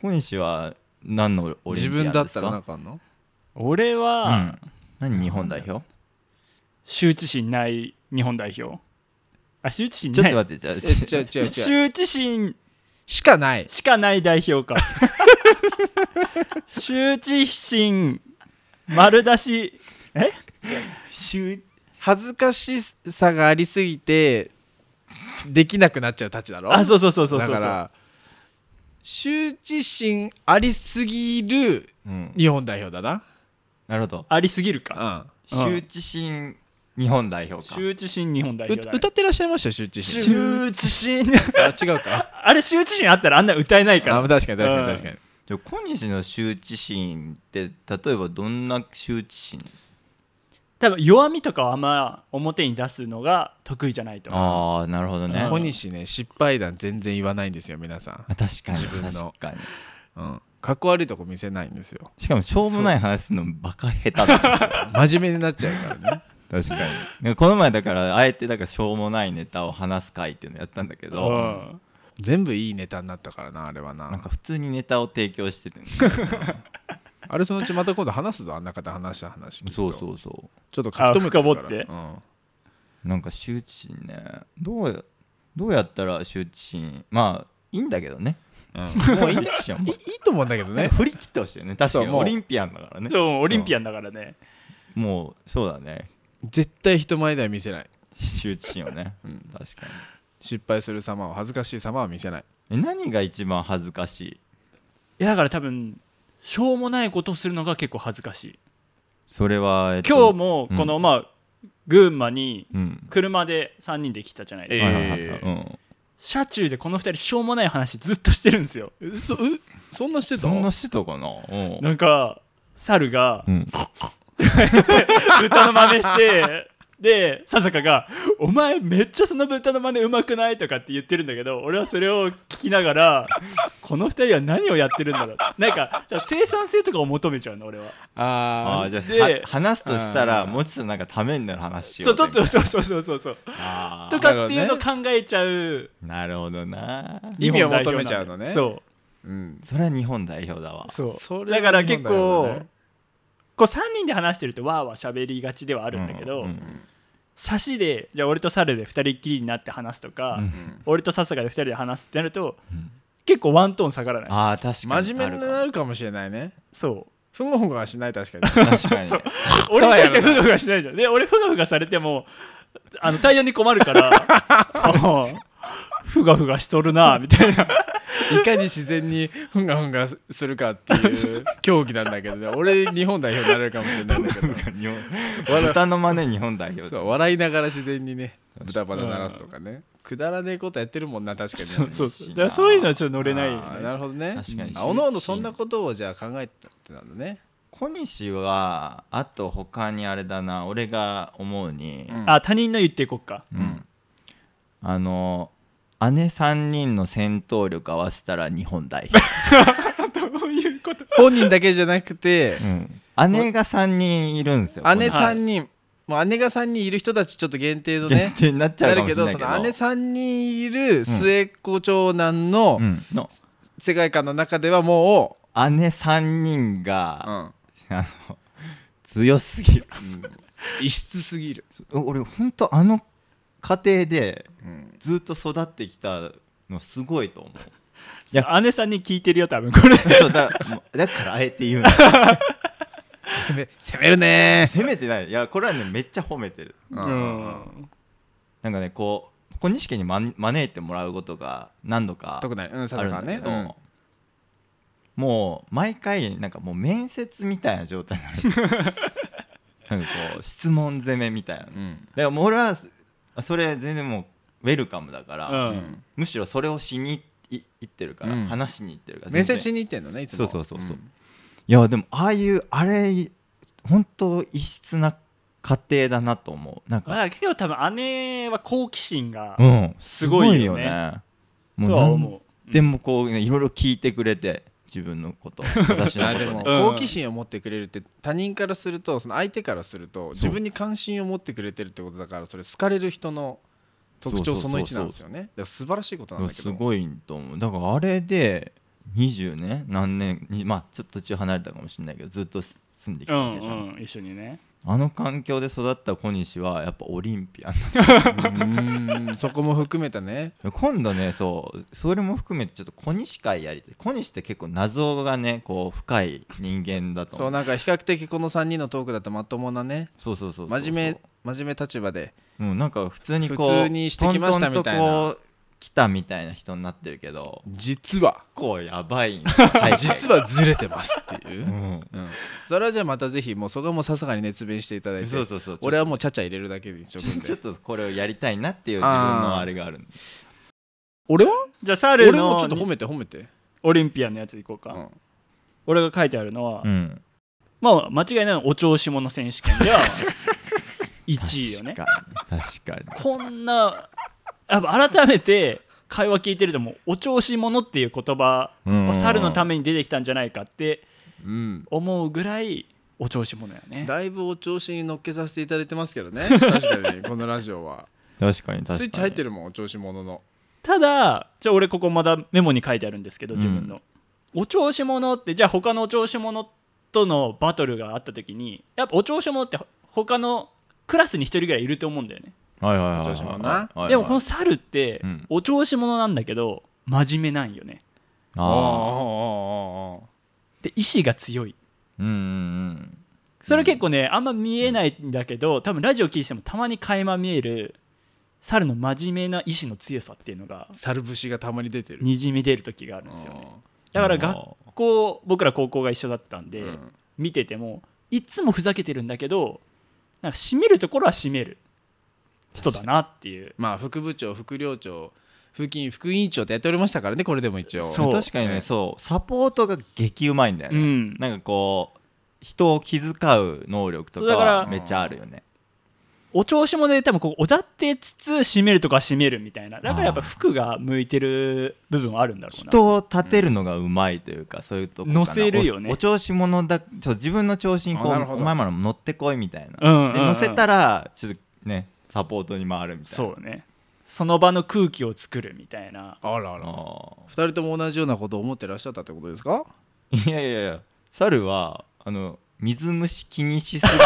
Speaker 2: 小西は何のオリンピ
Speaker 4: 自
Speaker 2: アンですか
Speaker 4: 分だったらなんかあんの
Speaker 3: 俺は、
Speaker 2: うん、何日本代表
Speaker 3: 羞恥心ない日本代表あ羞恥心
Speaker 2: ちょっ
Speaker 3: な
Speaker 2: と待
Speaker 3: い
Speaker 2: ってじゃあ
Speaker 4: え違う違 う違う
Speaker 3: 羞恥心
Speaker 4: しかない
Speaker 3: しかない代表か 羞恥心丸出しえ
Speaker 4: 恥ずかしさがありすぎてできなくなっちゃうたちだろ
Speaker 3: あそうそうそうそうそう
Speaker 4: だから羞恥心ありすぎる
Speaker 2: うん、
Speaker 4: 日本代表だな
Speaker 2: なるほど
Speaker 3: ありすぎるか
Speaker 4: うん
Speaker 3: うん
Speaker 2: 羞恥心日本代表か
Speaker 3: 羞恥心日本代表だ、
Speaker 4: う歌ってらっしゃいました羞恥心
Speaker 3: 羞恥心
Speaker 4: あ違うか
Speaker 3: あれ羞恥心あったらあんな歌えない
Speaker 4: あ
Speaker 3: から
Speaker 4: 確かに確かに確かに
Speaker 2: じゃあ小西の羞恥心って例えばどんな羞恥心
Speaker 3: 多分弱みとかをあんま表に出すのが得意じゃないと思う
Speaker 2: ああなるほどね
Speaker 4: 小西ね失敗談全然言わないんですよ皆さん
Speaker 2: あ確かに
Speaker 4: 自分の
Speaker 2: 確かに
Speaker 4: うん、かっこ悪いとこ見せないんですよ
Speaker 2: しかもしょうもない話するのバカ下手だ 確
Speaker 4: 真面目になっちゃうからね
Speaker 2: かにこの前だからあえてだからしょうもないネタを話す会っていうのやったんだけど、
Speaker 3: うん
Speaker 4: 全部いいネタになったからなあれはな
Speaker 2: なんか普通にネタを提供 してて、
Speaker 4: あれそのうちまた今度話すぞあんな方話した話きっと
Speaker 2: そうそうそ
Speaker 4: ちょっと書き留めてるから
Speaker 3: あ深掘って
Speaker 4: うん
Speaker 2: うなんか羞恥心ねどうどうやったら羞恥心まあいいんだけどね
Speaker 4: うんもういい
Speaker 2: 羞
Speaker 4: んだ
Speaker 2: 恥心はも
Speaker 4: いういいと思うんだけど
Speaker 2: ね
Speaker 4: ね
Speaker 2: 振り切ってほしいよね確か
Speaker 4: そう
Speaker 2: に
Speaker 4: もう
Speaker 2: オリンピアンだからね
Speaker 3: でもオリンピアンだからね
Speaker 2: もうそうだね
Speaker 4: 絶対人前では見せない
Speaker 2: 羞恥心をね、
Speaker 4: うん
Speaker 2: 確か
Speaker 4: 失敗する様は恥ずかしい様は見せない
Speaker 2: にえ何が一番恥ずかしい
Speaker 3: いやだから多分しょうもないことするのが結構恥ずかしい
Speaker 2: それは、えっと
Speaker 3: 今日もこの、まあ群馬に
Speaker 2: うん
Speaker 3: 車で3人で来たじゃないですか、
Speaker 2: はいはいはいはいうん
Speaker 3: 車中でこの2人しょうもない話ずっとしてるんですよ
Speaker 4: えそえそんなしてた
Speaker 2: そんな人かなうん
Speaker 3: なんか猿が
Speaker 2: うん
Speaker 3: 豚の真似して で笹香が「お前めっちゃその豚の真似うまくない?」とかって言ってるんだけど俺はそれを聞きながらこの2人は何をやってるんだろうなんか生産性とかを求めちゃうの俺は
Speaker 4: あ
Speaker 2: あ
Speaker 4: ー
Speaker 2: あじゃあは
Speaker 3: で
Speaker 2: 話すとした
Speaker 4: あ
Speaker 2: ら
Speaker 4: ー
Speaker 2: もうちょっとなんかためになる話しよ
Speaker 3: そううと
Speaker 2: ぜ
Speaker 3: っとそうそうそうそうそう
Speaker 2: あ
Speaker 3: とかっていうのを考えちゃう
Speaker 2: ーなるほどな
Speaker 4: 意
Speaker 3: 日
Speaker 4: 味を
Speaker 3: 本代表なん
Speaker 4: 求め
Speaker 3: で
Speaker 4: ちゃうのね
Speaker 3: そう
Speaker 4: うん
Speaker 2: それは日本代表だわ
Speaker 3: そう
Speaker 4: それは
Speaker 3: だから
Speaker 4: 日
Speaker 3: 結
Speaker 4: 本だよね
Speaker 3: 構こう3人で話してるとわーわー喋りがちではあるんだけど、
Speaker 2: う
Speaker 3: 差しでじゃあ俺と猿で2人っきりになって話すとか、
Speaker 2: うん
Speaker 3: 俺と笹がで2人で話すってなると、
Speaker 2: ん
Speaker 3: 結構ワントーン下がらない
Speaker 2: ああ確かに
Speaker 4: 真面目に
Speaker 2: あ
Speaker 4: な
Speaker 2: る
Speaker 4: るかもしれないね
Speaker 3: そう
Speaker 4: ふんごふんごはしない確かに
Speaker 2: かも確かに
Speaker 3: そう俺に対してふがふがしないじゃんで俺ふがふがされてもあの対応に困るからあのふがふがしとるなみたいな
Speaker 4: いかに自然に ふんがふんがするかっ ていう競技なんだけどね俺日本代表になれるかもしれないんだけど
Speaker 2: 日本豚の真似日本代表
Speaker 4: そう笑いながら自然にね豚鼻鳴らすとかねくだらねえことやってるもんな確かに
Speaker 3: そうそう
Speaker 2: しな
Speaker 3: だからそういうのはちょっと乗れないよ
Speaker 4: あー
Speaker 3: ね
Speaker 4: なるほどね
Speaker 2: 確かに
Speaker 4: あおのおのそんなことをじゃあ考えたってなんだ ね
Speaker 2: 小西はあと他にあれだな俺が思うに、
Speaker 4: ん
Speaker 3: あ他人の言っていこっか
Speaker 2: うんあの姉3人の戦闘力合わせたら日本代表、
Speaker 3: どういうこと
Speaker 4: 本人だけじゃなくて
Speaker 2: 姉が3人いるんですよ
Speaker 4: 姉
Speaker 2: この
Speaker 4: 3人もう姉が3人いる人たちちょっと限定の
Speaker 2: 限
Speaker 4: ね
Speaker 2: 定に なっちゃ
Speaker 4: な
Speaker 2: うか
Speaker 4: る
Speaker 2: もし
Speaker 4: け
Speaker 2: れな
Speaker 4: ど
Speaker 2: いけ
Speaker 4: そ
Speaker 2: ど
Speaker 4: の姉3人いる末っ子長男の
Speaker 2: うんの
Speaker 4: 世界観の中ではも
Speaker 2: 姉3人
Speaker 4: う、う
Speaker 2: が、
Speaker 4: ん
Speaker 2: あの強すぎる
Speaker 4: 異質すぎる
Speaker 2: 俺本当あの家庭でずっと育ってきたのすごいと思ういや
Speaker 3: 姉さんに聞いてるよ多分こ れ
Speaker 2: そうだもうだからあえて言うん です
Speaker 4: 攻め攻めるね
Speaker 2: 責めてないいやこれはねめっちゃ褒めてる
Speaker 4: う
Speaker 3: うんん
Speaker 2: なんかねこう小西家にま招いてもらうことが何度か
Speaker 4: 特にうん
Speaker 2: あ
Speaker 4: 佐
Speaker 2: るん
Speaker 4: 藤
Speaker 2: だ
Speaker 4: さんね
Speaker 2: けど、もう毎回なんかもう面接みたいな状態になるなんかこう質問攻めみたいな、
Speaker 4: う
Speaker 2: だか
Speaker 4: ん
Speaker 2: らもう俺はそれ全然もうウェルカムだから、
Speaker 3: う
Speaker 4: うんん
Speaker 2: むしろそれをしにい行ってるから、
Speaker 4: うん
Speaker 2: 話しに行ってるから
Speaker 4: 面接し
Speaker 2: に
Speaker 4: に行ってんのねいつ
Speaker 2: そ
Speaker 4: も
Speaker 2: うそうそうそう、いやでもああいうあれ本当異質な家庭だなと思うなん
Speaker 3: ま
Speaker 2: か、
Speaker 3: あ、だけど多分姉は好奇心が
Speaker 2: うんす
Speaker 3: す
Speaker 2: ご
Speaker 3: ご
Speaker 2: い
Speaker 3: い
Speaker 2: よ
Speaker 3: よね
Speaker 2: ねも
Speaker 3: とは思う
Speaker 2: でもこうねいろいろ聞いてくれて自分のこと私の
Speaker 4: あ
Speaker 2: こ
Speaker 4: で
Speaker 2: と
Speaker 4: も
Speaker 2: ね
Speaker 3: うん
Speaker 4: 好奇心を持ってくれるって他人からするとその相手からすると自分に関心を持ってくれてるってことだからそれ好かれる人の特徴その1なんですよねだから素晴らしいことなんだけ
Speaker 2: す
Speaker 4: ど
Speaker 2: ごいと思うだからあれで20年何年にまあちょっと途中離れたかもしれないけどずっと住んできた
Speaker 3: う
Speaker 2: わ
Speaker 3: ん
Speaker 2: けじゃん、
Speaker 3: うん一緒にね
Speaker 2: あの環境で育った小西はやっぱオリンピアン
Speaker 4: うー んそこも含めたね
Speaker 2: 今度ねそうそれも含めてちょっと小西会やりたい小西って結構謎がねこう深い人間だと
Speaker 4: そ
Speaker 2: 思
Speaker 4: う
Speaker 2: う
Speaker 4: なんか比較的この3人のトークだとまともなね
Speaker 2: そうそうそうそう
Speaker 4: 真面目真面目立場で
Speaker 2: 目、うん、なんか普通にこう
Speaker 4: 普通にしてきましたみたいな
Speaker 2: トントンとこう来たみたいな人になってるけど
Speaker 4: 実は
Speaker 2: 結構やばいん ですよはい
Speaker 4: 実はずれてますっていうう、
Speaker 2: ん
Speaker 4: うん、それはじゃあまたぜひもうそこはもうささかに熱弁していただいて
Speaker 2: そうそうそう
Speaker 4: 俺はもうちゃちゃ入れるだけで一 緒
Speaker 2: ちょっとこれをやりたいなっていう自
Speaker 4: あー
Speaker 2: 分のあれがあるんで
Speaker 4: 俺は
Speaker 3: じゃあサル
Speaker 4: 俺
Speaker 3: の
Speaker 4: もちょっと褒めて褒めて、
Speaker 3: オリンピアンのやついこう
Speaker 4: う
Speaker 3: か、
Speaker 4: ん、
Speaker 3: 俺が書いてあるのは、
Speaker 2: うん
Speaker 3: まあ間違いないのはお調子者選手権では1位よね
Speaker 2: 確かに確か
Speaker 3: こんなやっぱ改めて会話聞いてるともうお調子者っていう言葉
Speaker 2: に
Speaker 3: は猿のた
Speaker 2: め
Speaker 3: めに出てきたんじゃないかって
Speaker 4: うん、
Speaker 3: 思うぐらいお調子者やね
Speaker 4: だいぶお調子に乗っけさせていただいてますけどね確かにこのラジオは
Speaker 2: 確かに確かに
Speaker 4: スイッチ入ってるもんお調子者の
Speaker 3: ただじゃあ俺ここまだメモに書いてあるんですけど自分の、お調子者ってじゃあ他のお調子者とのバトルがあった時にやっぱお調子者って他のクラスに1人ぐらいいると思うんだよね
Speaker 2: はいはいはいはい
Speaker 4: お調子者な
Speaker 2: はいはい
Speaker 3: でもこの猿って
Speaker 2: うん
Speaker 3: お調子者なんだけど真面目なんよね
Speaker 2: ああ
Speaker 4: の
Speaker 3: で意志が強い
Speaker 2: うんうん
Speaker 3: それ結構ねあんま見えないんだけど多分ラジオ聞いててもたまに垣間見える猿の真面目な意志の強さっていうのが
Speaker 4: 猿節がたまに出てる
Speaker 3: にじみ出る時があるんですよねだから学
Speaker 2: あ
Speaker 3: 校僕ら高校が一緒だったんで、
Speaker 4: うん
Speaker 3: 見ててもいつもふざけてるんだけどなんか締めるところは締める人だなっていう
Speaker 4: まあ副部長副寮長副金副委員長ってやっておりましたからねこれでも一応
Speaker 3: そう
Speaker 2: 確かにね
Speaker 4: ね
Speaker 2: そうサポートが激うまいんだよ
Speaker 3: う
Speaker 2: ね
Speaker 3: ん
Speaker 2: なんかこう人を気遣う能力とか
Speaker 3: そうだから
Speaker 2: はめっちゃあるよね
Speaker 3: お調子もで多分こうおだってつつ締めるとこは締めるみたいなだからやっぱ服が向いてる部分はあるんだろうな
Speaker 2: 人を立てるのがうまいというか、そういうとこかな
Speaker 3: 乗せるよね
Speaker 2: おお調子者だそう自分の調子にこう
Speaker 4: あなるほど
Speaker 2: お前までも乗ってこいみたいな、
Speaker 3: うんうん
Speaker 2: で
Speaker 3: うん
Speaker 2: 乗せたらちょっとねサポートに回るみたいな
Speaker 3: そうねその場の空気を作るみたいな
Speaker 4: あらあら
Speaker 2: あ
Speaker 4: 二人とも同じようなことを思ってらっしゃったってことですか
Speaker 2: ーいやいやいや猿はあの水虫気にしすぎる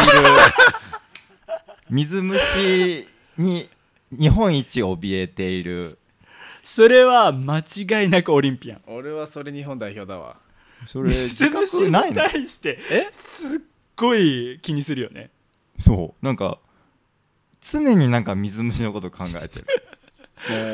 Speaker 2: 水虫に日本一怯えている
Speaker 3: それは間違いなくオリンピアン
Speaker 4: 俺はそれ日本代表だわ
Speaker 2: それ自覚ない
Speaker 3: に
Speaker 2: の
Speaker 3: 対して
Speaker 4: え
Speaker 3: すっごい気にするよね
Speaker 2: そうなんか常になんか水虫のこと考えてる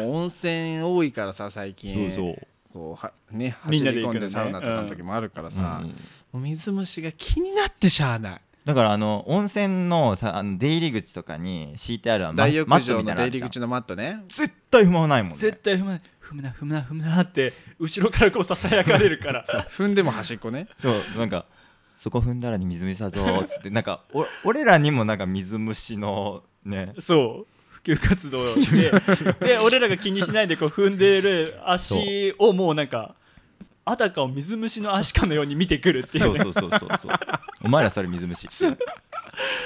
Speaker 4: もう温泉多いからさ最近
Speaker 7: そうそう
Speaker 4: こうはね
Speaker 3: み
Speaker 4: 走
Speaker 3: んなで
Speaker 4: り
Speaker 3: 行くの
Speaker 4: 込
Speaker 3: ね
Speaker 4: んでサウナとかの時もあるからさ、
Speaker 7: うん
Speaker 4: もう水虫が気になってしゃあない
Speaker 2: だからあの温泉のさあの出入り口とかに敷いてあるあのマ
Speaker 4: 大浴
Speaker 2: マット
Speaker 4: 場
Speaker 2: みたいな
Speaker 4: の
Speaker 2: の
Speaker 4: 出
Speaker 2: あ
Speaker 4: 入
Speaker 2: る
Speaker 4: り
Speaker 2: じゃん
Speaker 4: 口のマットね
Speaker 2: 絶対踏まないもんね
Speaker 3: 絶対踏まない踏むな踏むな踏むなって後ろからこうささやかれる からさ
Speaker 4: 踏んでも端っこね
Speaker 2: そうなんかそこ踏んだらに水虫だぞーっつってなんかお俺らにもなんか水虫のね
Speaker 3: そう普及活動をしてで俺らが気にしない でこう踏んでる足をもうなんかあたかも水虫の足かのように見てくるっていう
Speaker 2: そう
Speaker 3: ね
Speaker 2: そうそうそうそうお前らそれ水虫す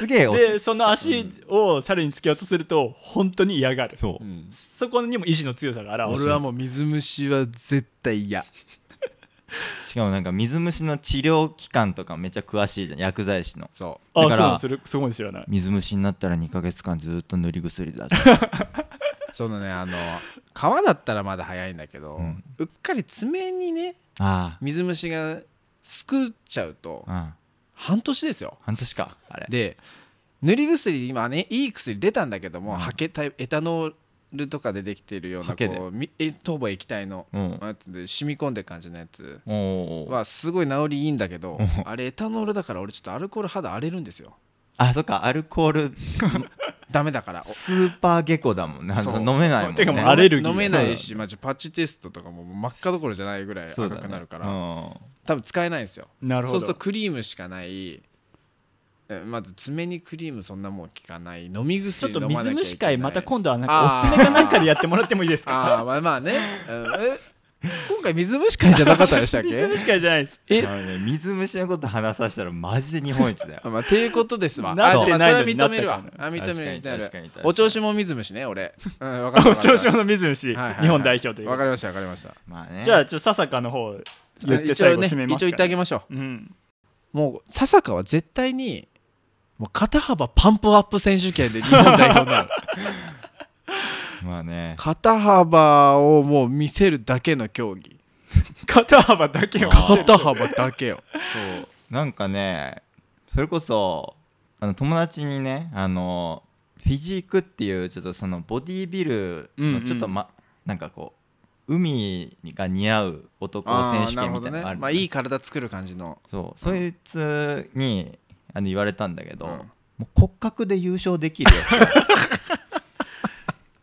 Speaker 2: げえお
Speaker 3: でその足を猿に突き落とすると本当に嫌がる
Speaker 2: そう、
Speaker 3: そこにも意志の強さが現れる
Speaker 4: 俺はもう水虫は絶対嫌
Speaker 2: しかもなんか水虫の治療期間とかめっちゃ詳しいじゃん薬剤師の
Speaker 4: そ
Speaker 3: あ
Speaker 2: だから
Speaker 3: そうなんそれそこまで知らない
Speaker 2: 水虫になったら2ヶ月間ずーっと塗り薬 だぞ
Speaker 4: うそのねあの川だったらまだ早いんだけど、う
Speaker 2: うん
Speaker 4: っかり爪にね
Speaker 2: あ
Speaker 4: 水虫がすくっちゃうと
Speaker 2: あうん
Speaker 4: 半年ですよ
Speaker 2: 半年かあれ
Speaker 4: で塗り薬今ねいい薬出たんだけども、
Speaker 2: うん
Speaker 4: ハケタイプエタノールとかでできてるような
Speaker 2: ハケで
Speaker 4: こうみえ糖分液体の
Speaker 2: うん
Speaker 4: やつで染み込んでる感じのやつ
Speaker 2: おお
Speaker 4: はすごい治りいいんだけど
Speaker 2: うん
Speaker 4: あれエタノールだから俺ちょっとアルコール肌荒れるんですよ
Speaker 2: あそっかアルコール
Speaker 4: ダメだからお
Speaker 2: スーパー下戸だもんね
Speaker 4: そう
Speaker 2: 飲めないもんね
Speaker 3: てかもうアレルギー
Speaker 4: 飲めないし、まあ、ちょパッチテストとかももう真っ赤どころじゃないぐらい
Speaker 2: そう
Speaker 4: 赤
Speaker 2: だね
Speaker 4: くなるから、
Speaker 2: うん
Speaker 4: 多分使えないんですよ
Speaker 3: なる
Speaker 4: そ
Speaker 3: ほ
Speaker 4: うすると
Speaker 3: ど
Speaker 4: クリームしかないえまず爪にクリームそんなもん効かない飲み
Speaker 3: ちょっ
Speaker 4: 薬
Speaker 3: と
Speaker 4: 飲ま
Speaker 3: 水
Speaker 4: なきゃいけない
Speaker 3: 虫会また今度はなん
Speaker 4: あ
Speaker 3: かおす
Speaker 4: ー
Speaker 3: すめかなんかでやってもらってもいいです
Speaker 4: あ
Speaker 3: か
Speaker 4: あまあまあね、うんえ今回水虫会じゃなかったでしたっ
Speaker 3: 水
Speaker 4: け
Speaker 3: 虫会じゃないです
Speaker 4: え
Speaker 2: あのね水虫のこと話させたらマジで日本一だよ
Speaker 4: あまあ、っていうことですわ。
Speaker 3: な
Speaker 4: あ
Speaker 3: っ
Speaker 4: で
Speaker 3: て
Speaker 4: も
Speaker 3: ない
Speaker 4: そ
Speaker 3: の
Speaker 4: れは
Speaker 3: に
Speaker 4: 認めるわ。
Speaker 3: なっ
Speaker 4: あ認める
Speaker 2: 確かに
Speaker 4: 認め
Speaker 2: 確かに
Speaker 4: る
Speaker 2: 確か。に
Speaker 4: お調子も水虫ね、俺。うん、わかった
Speaker 3: お
Speaker 4: わかった
Speaker 3: 調子者の水虫、
Speaker 4: はいはいはい
Speaker 3: 日本代表というこ
Speaker 4: わ
Speaker 3: と
Speaker 4: か
Speaker 3: で
Speaker 4: りました、わかりました。
Speaker 2: まあね
Speaker 3: じゃあちょっと笹香の方言って
Speaker 4: 一
Speaker 3: 最
Speaker 4: 応
Speaker 3: 後
Speaker 4: ね、
Speaker 3: 締め
Speaker 4: 一応
Speaker 3: ますか
Speaker 4: 言ってあげましょ
Speaker 3: うん
Speaker 4: う。もう、笹川は絶対に、もう肩幅パンプアップ選手権で日本代表に なる。
Speaker 2: まあね
Speaker 4: 肩幅をもう見せるだけの競 技。
Speaker 3: 肩幅だけを
Speaker 4: 肩幅だけよ。
Speaker 2: なんかねそれこそあの友達にねあのフィジークっていうちょっとそのボディービルのちょっと、まなんかこう海が似合う男選手
Speaker 4: な
Speaker 2: 権
Speaker 4: るほ
Speaker 2: みたいな
Speaker 4: ど
Speaker 2: の
Speaker 4: ね
Speaker 2: がある。
Speaker 4: まあ、いい体作る感じの。
Speaker 2: そうそいつにあの言われたんだけど、
Speaker 4: うん
Speaker 2: もう骨格で優勝できるよ って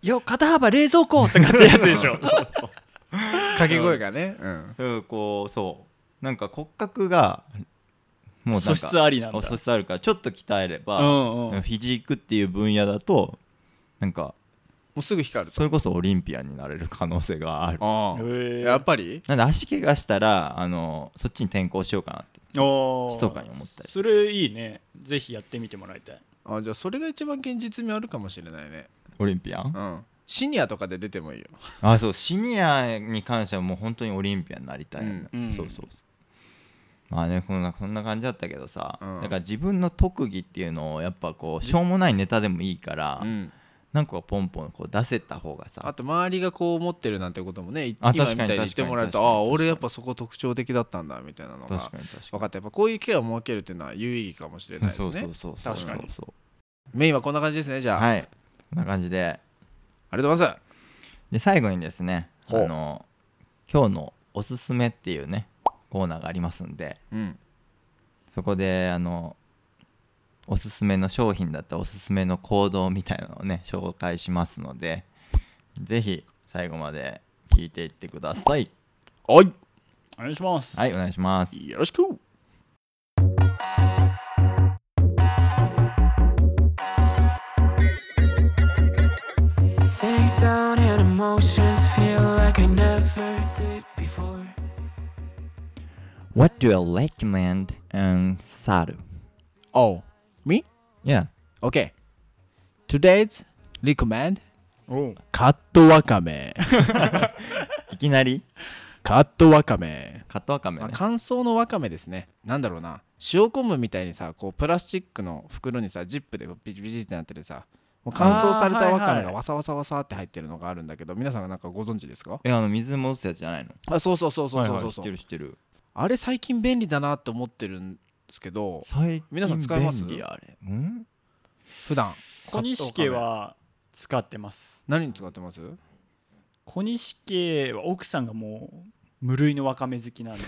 Speaker 3: よ肩幅冷蔵庫とか ってやつでしょ
Speaker 4: 掛け声がね。うん。
Speaker 2: うんこうそうなんか骨格がもうなんか
Speaker 3: 素質ありなんだ
Speaker 2: 素質あるからちょっと鍛えれば、
Speaker 3: うんうん
Speaker 2: フィジークっていう分野だとなんか
Speaker 4: もうすぐ光ると。
Speaker 2: それこそオリンピアンになれる可能性がある
Speaker 4: ああ
Speaker 3: へえ
Speaker 4: やっぱり
Speaker 2: なんで足怪我したらあのそっちに転向しようかなって
Speaker 3: おー
Speaker 2: 密かに思ったり
Speaker 3: それいいねぜひやってみてもらいたい
Speaker 4: あじゃあそれが一番現実味あるかもしれないね
Speaker 2: オリンピアン
Speaker 4: うんシニアとかで出てもいいよ
Speaker 2: あそうシニアに関してはもう本当にオリンピアンになりたい、
Speaker 4: うん
Speaker 3: うん
Speaker 2: そうそうそうまあねこんなこんな感じだったけどさ、
Speaker 4: うん
Speaker 2: だから自分の特技っていうのをやっぱこうしょうもないネタでもいいから、
Speaker 4: うん
Speaker 2: なんかポンポンこう出せた方がさ
Speaker 4: あと周りがこう思ってるなんてこともねい
Speaker 2: あ
Speaker 4: 今
Speaker 2: 確かに
Speaker 4: みたいに言ってもらうと
Speaker 2: 確かに確かに
Speaker 4: ああ俺やっぱそこ特徴的だったんだみたいなの
Speaker 2: 確
Speaker 4: が
Speaker 2: かに確か
Speaker 4: 分かったやっぱこういう機会を設けるっていうのは有意義かもしれな
Speaker 2: に
Speaker 4: いです
Speaker 2: そうそ
Speaker 4: ね
Speaker 2: うそうそう
Speaker 3: 確かに
Speaker 2: そう
Speaker 4: メインはこんな感じですねじゃあ、
Speaker 2: はいこんな感じで
Speaker 4: ありがとうございま
Speaker 2: で最後にですねあ
Speaker 4: ほう
Speaker 2: の今日のおすすめっていうねコーナーがありますんです
Speaker 4: うん
Speaker 2: そこであのおすすめの商品だったりおすすめの行動みたいなのをね紹介しますのでぜひ最後まで聞いていってください
Speaker 4: は
Speaker 3: お願いします
Speaker 2: はいお願いします
Speaker 4: いよろしく
Speaker 8: は
Speaker 2: What do you recommend and sell?
Speaker 4: Oh me?
Speaker 2: Yeah
Speaker 4: Okay Today's recommend
Speaker 3: おう
Speaker 4: カットワカメ
Speaker 2: いきなり
Speaker 4: カットワカメ
Speaker 2: カットワカメ
Speaker 4: まあ、
Speaker 2: ね
Speaker 4: 乾燥のわかめですねなんだろうな塩昆布みたいにさこうプラスチックの袋にさジップでビチビチってなってるさもう乾燥されたわか
Speaker 3: あーは
Speaker 4: め
Speaker 3: いは
Speaker 4: が
Speaker 3: い
Speaker 4: わさわさわさって入ってるのがあるんだけど皆さんがなんかご存知ですか
Speaker 2: えあの水戻すやつじゃないの
Speaker 4: あそうそうそうそうそう
Speaker 2: はいは
Speaker 4: そう
Speaker 2: い知ってる知ってる
Speaker 4: あれ最近便利だなって思ってるんですけど
Speaker 2: 最近
Speaker 4: 皆さん使います
Speaker 2: 便利あれうん
Speaker 4: 普段
Speaker 3: 小西
Speaker 4: カッ
Speaker 3: 家
Speaker 4: トわか
Speaker 3: は使ってます
Speaker 4: め何に使ってます
Speaker 3: 小西家は奥さんがもう無類のわかめ好きなんで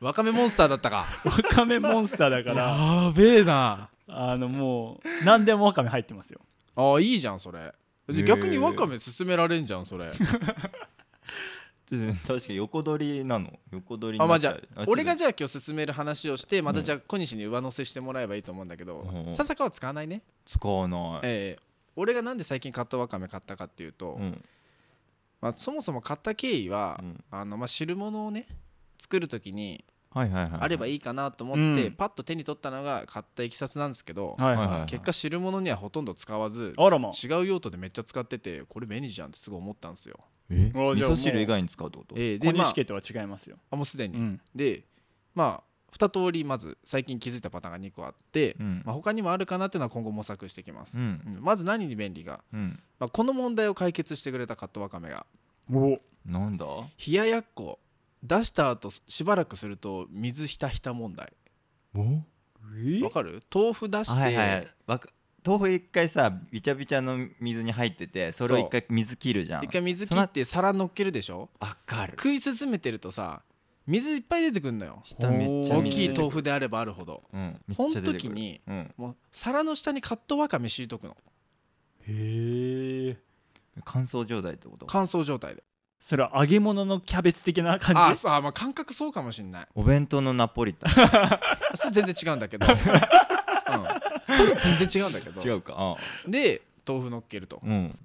Speaker 4: わかめモンスターだったか
Speaker 3: わかめモンスターだから
Speaker 4: やべえな
Speaker 3: あのもう何でもわかめ入ってますよ
Speaker 4: ああいいじゃんそれ
Speaker 2: へえ
Speaker 4: 逆にわかめ勧められんじゃんそ れ
Speaker 2: ちょっと 確か横取りなの横取り
Speaker 4: あ
Speaker 2: に
Speaker 4: ま
Speaker 2: な
Speaker 4: あ
Speaker 2: っち
Speaker 4: じ
Speaker 2: ゃ
Speaker 4: ゃ
Speaker 2: う
Speaker 4: あ俺が
Speaker 2: じ
Speaker 4: じゃあ今日勧める話をしてまたじゃあ小西に上乗せしてもらえばいいと思うんだけど
Speaker 2: うんうん
Speaker 4: ささかは使わないね
Speaker 2: 使わない、
Speaker 4: ええ俺がなんで最近買ったわかめ買ったかっていうと、
Speaker 2: うん
Speaker 4: まあ、そもそも買った経緯は、
Speaker 2: うん
Speaker 4: あのまあ、汁物をね作る時に
Speaker 2: はいはいはいはい
Speaker 4: あればいいかなと思って、
Speaker 3: うん
Speaker 4: パッと手に取ったのが買ったいきさつなんですけど、
Speaker 3: はいはい、
Speaker 2: はいはい
Speaker 4: 結果汁物にはほとんど使わず
Speaker 3: あらま
Speaker 4: 違う用途でめっちゃ使っててこれ便利じゃんってすぐ思ったんですよ、
Speaker 2: え
Speaker 3: あ
Speaker 2: 味
Speaker 3: じゃあも
Speaker 2: 噌
Speaker 3: う
Speaker 2: 汁以外に使うってこと
Speaker 4: ええ
Speaker 3: 小
Speaker 4: でまあ
Speaker 3: 西家とは違いますよ、
Speaker 4: あもうすでに、
Speaker 3: うん
Speaker 4: でまあ2通りまず最近気づいたパターンが2個あって、
Speaker 2: うん
Speaker 4: まあ、他にもあるかなっていうのは今後模索していきます
Speaker 2: う、ん
Speaker 4: うんまず何に便利が、
Speaker 2: うん
Speaker 4: まあ、この問題を解決してくれたカットわかめが
Speaker 3: お
Speaker 2: なんだ
Speaker 4: 冷ややっこ出した後しばらくすると水ひたひた問題
Speaker 2: お
Speaker 3: え
Speaker 4: わかる豆腐出して、
Speaker 2: はいはいはいわか豆腐一回さびちゃびちゃの水に入っててそれを一回水切るじゃん
Speaker 4: 一回水切って皿乗っけるでしょ
Speaker 2: わかる
Speaker 4: 食い進めてるとさ水いっぱい出てくんのよ
Speaker 2: 下めっちゃ
Speaker 4: 大
Speaker 2: 水
Speaker 4: き
Speaker 2: 出
Speaker 4: い
Speaker 2: てくる
Speaker 4: 豆腐であればあるほど
Speaker 2: うんめっ
Speaker 4: ほん
Speaker 2: ちゃ出
Speaker 4: と
Speaker 2: て
Speaker 4: き
Speaker 2: くる
Speaker 4: に
Speaker 2: うん
Speaker 4: もう皿の下にカットわかめ敷いとくの
Speaker 3: へえ
Speaker 2: 乾燥状態ってこと
Speaker 4: 乾燥状態で
Speaker 3: それは揚げ物のキャベツ的な
Speaker 4: あ
Speaker 3: 感
Speaker 4: あ
Speaker 3: じ
Speaker 4: そうあまあ感覚そうかもしんない
Speaker 2: お弁当のナポリタ
Speaker 4: それ全然違うんだ けど、うん、それ全 然違うんだけ
Speaker 2: ン違
Speaker 4: ど
Speaker 2: うかあ
Speaker 4: で豆腐乗っけると
Speaker 2: うん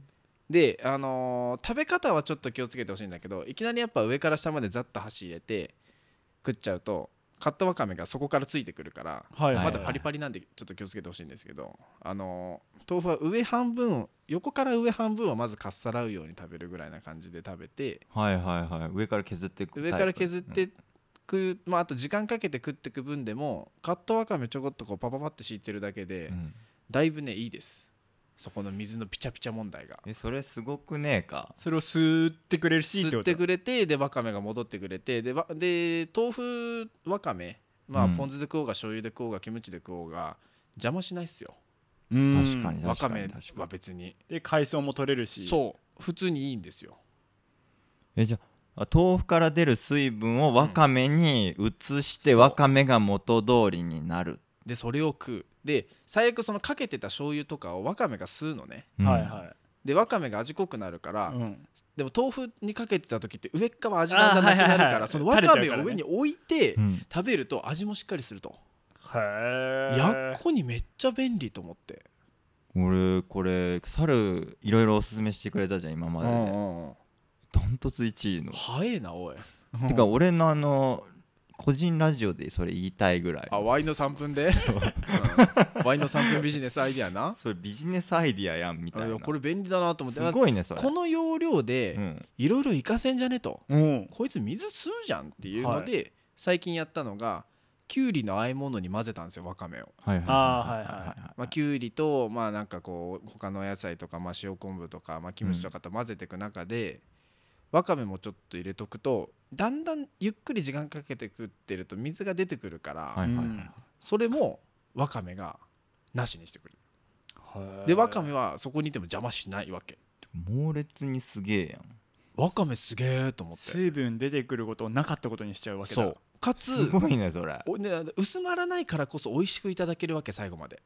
Speaker 4: で、あのー食べ方はちょっと気をつけてほしいんだけどいきなりやっぱ上から下までざっと箸入れて食っちゃうとカットわかめがそこからついてくるから
Speaker 3: はいはい
Speaker 4: まだパリパリなんでちょっと気をつけてほしいんですけど、あのー豆腐は上半分横から上半分はまずかっさらうように食べるぐらいな感じで食べて
Speaker 2: はいはいはい上から削っていくタイプ
Speaker 4: 上から削ってく、まあ、あと時間かけて食ってく分でもカットわかめちょこっとこうパパパって敷いてるだけで、
Speaker 2: うんうん
Speaker 4: だいぶねいいですそこの水のピチャピチャ問題が。
Speaker 2: えそれすごくねえか
Speaker 3: それを吸ってくれるし
Speaker 4: 吸っ
Speaker 3: こと
Speaker 4: てくれてでわかめが戻ってくれてでわで豆腐わかめまあ
Speaker 2: うん
Speaker 4: ポン酢で食おうが醤油で食おうがキムチで食おうが邪魔しないっすよ
Speaker 3: うん
Speaker 2: 確かに
Speaker 4: わかめ
Speaker 2: 確かに
Speaker 4: は別に
Speaker 3: で海藻も取れるし
Speaker 4: そう普通にいいんですよ
Speaker 2: えじゃああ豆腐から出る水分をわかめに移して
Speaker 4: そう
Speaker 2: わかめが元通りになる、
Speaker 4: でそれを食うで最悪そのかけてた醤油とかをわかめが吸うのね
Speaker 2: うん
Speaker 3: はいは
Speaker 4: でわかめが味濃くなるから、
Speaker 3: い、うん、
Speaker 4: でも豆腐にかけてた時って上っ側味なんだなくなるか
Speaker 3: あーはいはいは
Speaker 4: ら
Speaker 3: い
Speaker 4: そのわかめ
Speaker 3: 垂れちゃうから
Speaker 4: を
Speaker 3: ね
Speaker 4: 上に置いて
Speaker 2: うん
Speaker 4: 食べると味もしっかりすると
Speaker 3: へえ
Speaker 4: やっこにめっちゃ便利と思って
Speaker 2: 俺これ猿いろいろおすすめしてくれたじゃん今ま
Speaker 4: う
Speaker 2: で
Speaker 4: ん
Speaker 2: で
Speaker 4: うんうん
Speaker 2: ダントツ1位の、
Speaker 4: 早えなおい
Speaker 2: てか俺のあの個人ラジオでそれ言いたいぐらい
Speaker 4: あワイの3分で、うん ワイの3分ビジネスアイディアな
Speaker 2: それビジネスアイディアやんみた
Speaker 4: あ
Speaker 2: い
Speaker 4: い
Speaker 2: な
Speaker 4: やこれ便利だなと思って
Speaker 2: すごいねそれ
Speaker 4: この要領
Speaker 2: う
Speaker 4: で
Speaker 2: ん
Speaker 4: いろいろ活かせんじゃねと、
Speaker 3: うん
Speaker 4: こいつ水吸うじゃんっていうので、最近やったのがきゅうりの和え物に混ぜたんですよわかめを、
Speaker 2: はいはい
Speaker 3: あーはいはい
Speaker 4: まあ、きゅうりとまあなんかこう他のお野菜とか、まあ、塩昆布とか、まあ、キムチとかと混ぜていく中で、わかめもちょっと入れとくとだんだんゆっくり時間かけて食ってると水が出てくるから、
Speaker 2: はいはいはい
Speaker 3: うん
Speaker 4: それもわかめがなしにしてくれる
Speaker 3: へえ
Speaker 4: でわかめはそこにいても邪魔しないわけ
Speaker 2: 猛烈にすげえやん
Speaker 4: わかめすげえと思って
Speaker 3: 水分出てくることをなかったことにしちゃうわけだ
Speaker 4: そうかつ
Speaker 2: すごいねそれ
Speaker 4: お、ね、薄まらないからこそ美味しくいただけるわけ最後まで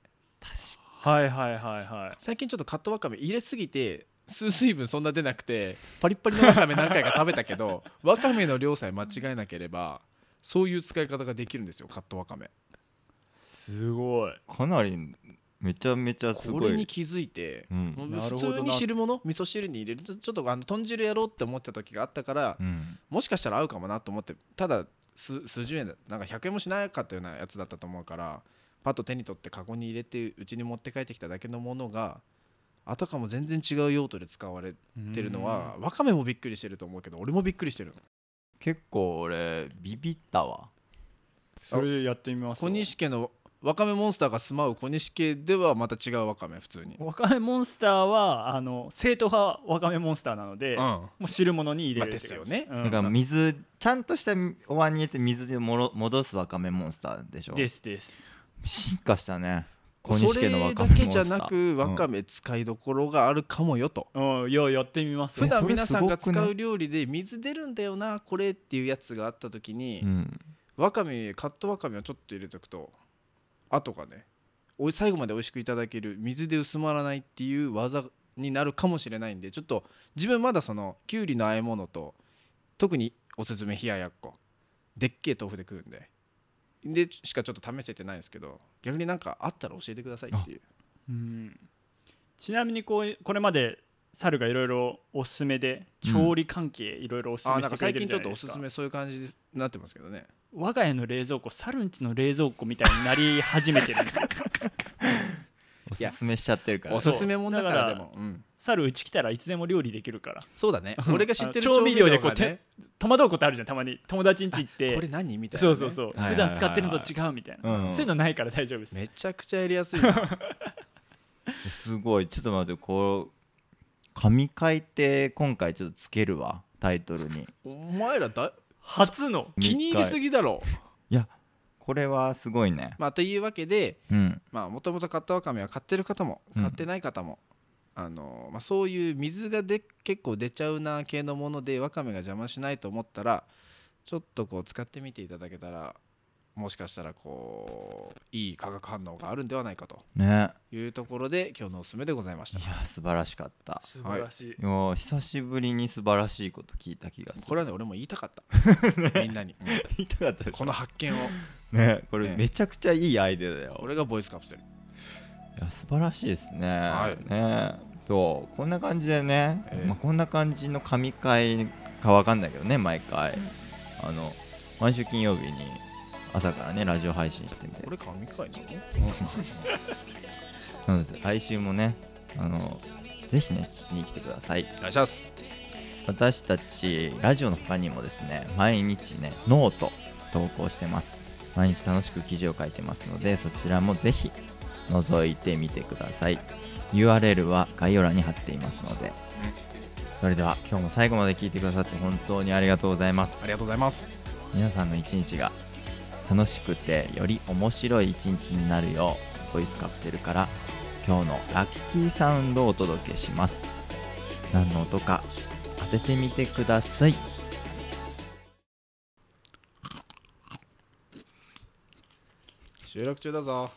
Speaker 3: はいはいはいは
Speaker 4: 最近ちょっとカットわかめ入れすぎて吸う水分そんな出なくてパリッパリのわかめ何回か食べた けどわかめの量さえ間違えなければそういう使い方ができるんですよカットわかめ
Speaker 3: いすごい
Speaker 2: かなりめちゃめちゃす
Speaker 4: こ
Speaker 2: ご
Speaker 4: れに
Speaker 2: い
Speaker 4: 気づいて、
Speaker 2: うん
Speaker 4: もう
Speaker 3: なるほどな
Speaker 4: 普通に汁物味噌汁に入れるとちょっとあの豚汁やろうって思ってた時があったから、
Speaker 2: うん
Speaker 4: もしかしたら合うかもなと思ってただ数数十円だなんか100円もしなかったようなやつだったと思うからパッと手に取ってカゴに入れてうちに持って帰ってきただけのものがあたかも全然違う用途で使われてるのはわかめもびっくりしてると思うけど俺もびっくりしてるの
Speaker 2: 結構俺ビビったわ
Speaker 3: それでやってみます
Speaker 4: 小西家のわかめモンスターが住まう小西家ではまた違うわかめ普通に
Speaker 3: わかめモンスターはあの正統派わかめモンスターなので、
Speaker 4: うん
Speaker 3: も
Speaker 4: は
Speaker 3: う汁物に入れるって
Speaker 4: ま
Speaker 3: 感
Speaker 4: あ
Speaker 3: じ
Speaker 4: ですよ
Speaker 3: うん
Speaker 2: だから水ちゃんとしたお椀に入れて水でもろ戻すわかめモンスターでしょ
Speaker 3: ですです
Speaker 2: 進化したね小
Speaker 4: そ
Speaker 2: 西家
Speaker 4: れ
Speaker 2: のわか
Speaker 4: だ
Speaker 2: め
Speaker 4: けじゃな
Speaker 2: モン
Speaker 4: く
Speaker 2: スター
Speaker 4: わかめ使いどころがあるかもよと、
Speaker 3: うん、いややってみます
Speaker 4: 普
Speaker 3: よ
Speaker 2: え
Speaker 4: 段
Speaker 2: それ
Speaker 4: 皆さんが使
Speaker 2: すごくな
Speaker 4: う料理で水出るんだよなこれっていうやつがあった時に、
Speaker 2: うんうん
Speaker 4: わかめカットわかめをちょっと入れとくとあとがねおい最後まで美味しくいただける水で薄まらないっていう技になるかもしれないんでちょっと自分まだそのきゅうりの和え物と特におすすめ冷ややっこでっけえ豆腐で食うんででしかちょっと試せてないんですけど逆になんかあったら教えてくださいっていう
Speaker 3: うんちなみにこうこれまで猿がいろいろおすすめで調理関係いろいろおすす
Speaker 4: あー
Speaker 3: め
Speaker 4: な
Speaker 3: し
Speaker 4: ん
Speaker 3: て
Speaker 4: か
Speaker 3: くれ
Speaker 4: 最
Speaker 3: てる
Speaker 4: 近
Speaker 3: じゃ
Speaker 4: ち
Speaker 3: ない
Speaker 4: ょっと
Speaker 3: で
Speaker 4: お
Speaker 3: す
Speaker 4: す
Speaker 3: か
Speaker 4: すめそういう感じになってますけどね
Speaker 3: 我が家の冷蔵庫猿んちの冷蔵庫みたいになり始めてるん ですよ
Speaker 2: おすすめしちゃってるから
Speaker 4: おすすめもんだか
Speaker 3: だからら
Speaker 4: でもうん
Speaker 3: 猿うち来たらいつでも料理できるから
Speaker 4: そう だね俺が知って
Speaker 3: あ
Speaker 4: る
Speaker 3: の調味料で
Speaker 4: がね
Speaker 3: こう戸惑うことあるじゃんたまに友達ん家行って
Speaker 4: これ何みたいな
Speaker 3: そ
Speaker 4: ね
Speaker 3: うそうそう、
Speaker 2: はいはいはいはい
Speaker 3: 普段使ってるのと違うみたいな、
Speaker 2: うん
Speaker 3: そういうのないから大丈夫です、
Speaker 4: めちゃくちゃやりやすいな
Speaker 2: すごいちょっと待ってこう神回って今回ちょっとつけるわタイトルに
Speaker 4: お前らだ
Speaker 3: 初の
Speaker 4: 気に入りす
Speaker 2: ぎ
Speaker 4: ぎだろ、
Speaker 2: いやこれはすごいね、
Speaker 4: まあ、というわけで
Speaker 2: うん
Speaker 4: もともと買ったわかめは買ってる方も
Speaker 2: うん
Speaker 4: 買ってない方も、あのまあ、そういう水がで結構出ちゃうな系のものでわかめが邪魔しないと思ったらちょっとこう使ってみていただけたらもしかしたらこういい化学反応があるんではないかと
Speaker 2: ね
Speaker 4: いうところで今日のおすすめでございまし
Speaker 2: い
Speaker 4: た
Speaker 2: や素晴らしかった
Speaker 3: 素晴らしい、
Speaker 2: いやー久しぶりに素晴らしいこと聞いた気がする
Speaker 4: これはね俺も言いた かったみんなに、うん
Speaker 2: 聞いたかったでし
Speaker 4: この発見を
Speaker 2: ょねこれ
Speaker 4: ね
Speaker 2: めちゃくちゃいいアイデアだよ
Speaker 4: これがボイスカプセル
Speaker 2: いや素晴らしいですね。
Speaker 4: はい
Speaker 2: ねそうこんな感じでね、
Speaker 4: ええ
Speaker 2: まあ、こんな感じの神会かわかんないけどね毎回、あの毎週金曜日に朝からねラジオ配信してみて
Speaker 4: これ神回なの
Speaker 2: なので来週もねあのぜひね聞きに来てください
Speaker 4: お願いします
Speaker 2: 私たちラジオの他にもですね毎日ねノート投稿してます毎日楽しく記事を書いてますのでそちらもぜひ覗いてみてください URL は概要欄に貼っていますのでそれでは今日も最後まで聞いてくださって本当にありがとうございます
Speaker 4: ありがとうございます
Speaker 2: 皆さんの一日が楽しくてより面白い一日になるようボイスカプセルから今日のラッキーサウンドをお届けします何の音か当ててみてください
Speaker 4: 収録中だぞ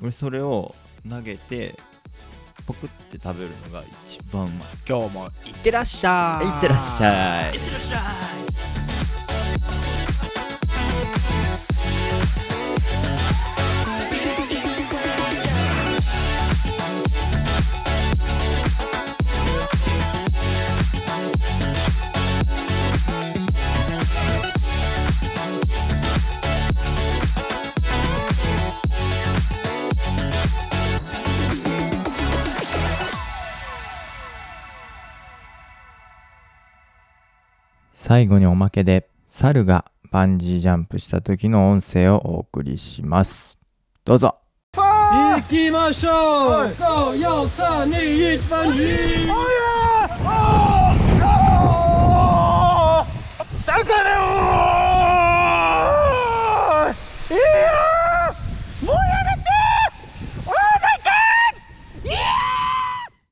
Speaker 2: 俺それを投げてポクって食べるのが一番うまい
Speaker 4: 今日もいってらっしゃ
Speaker 2: いってらっしゃい最後におまけで猿がバンジージャンプした時の音声をお送りしますどうぞ
Speaker 7: 行きましょう、五四三二一バンジー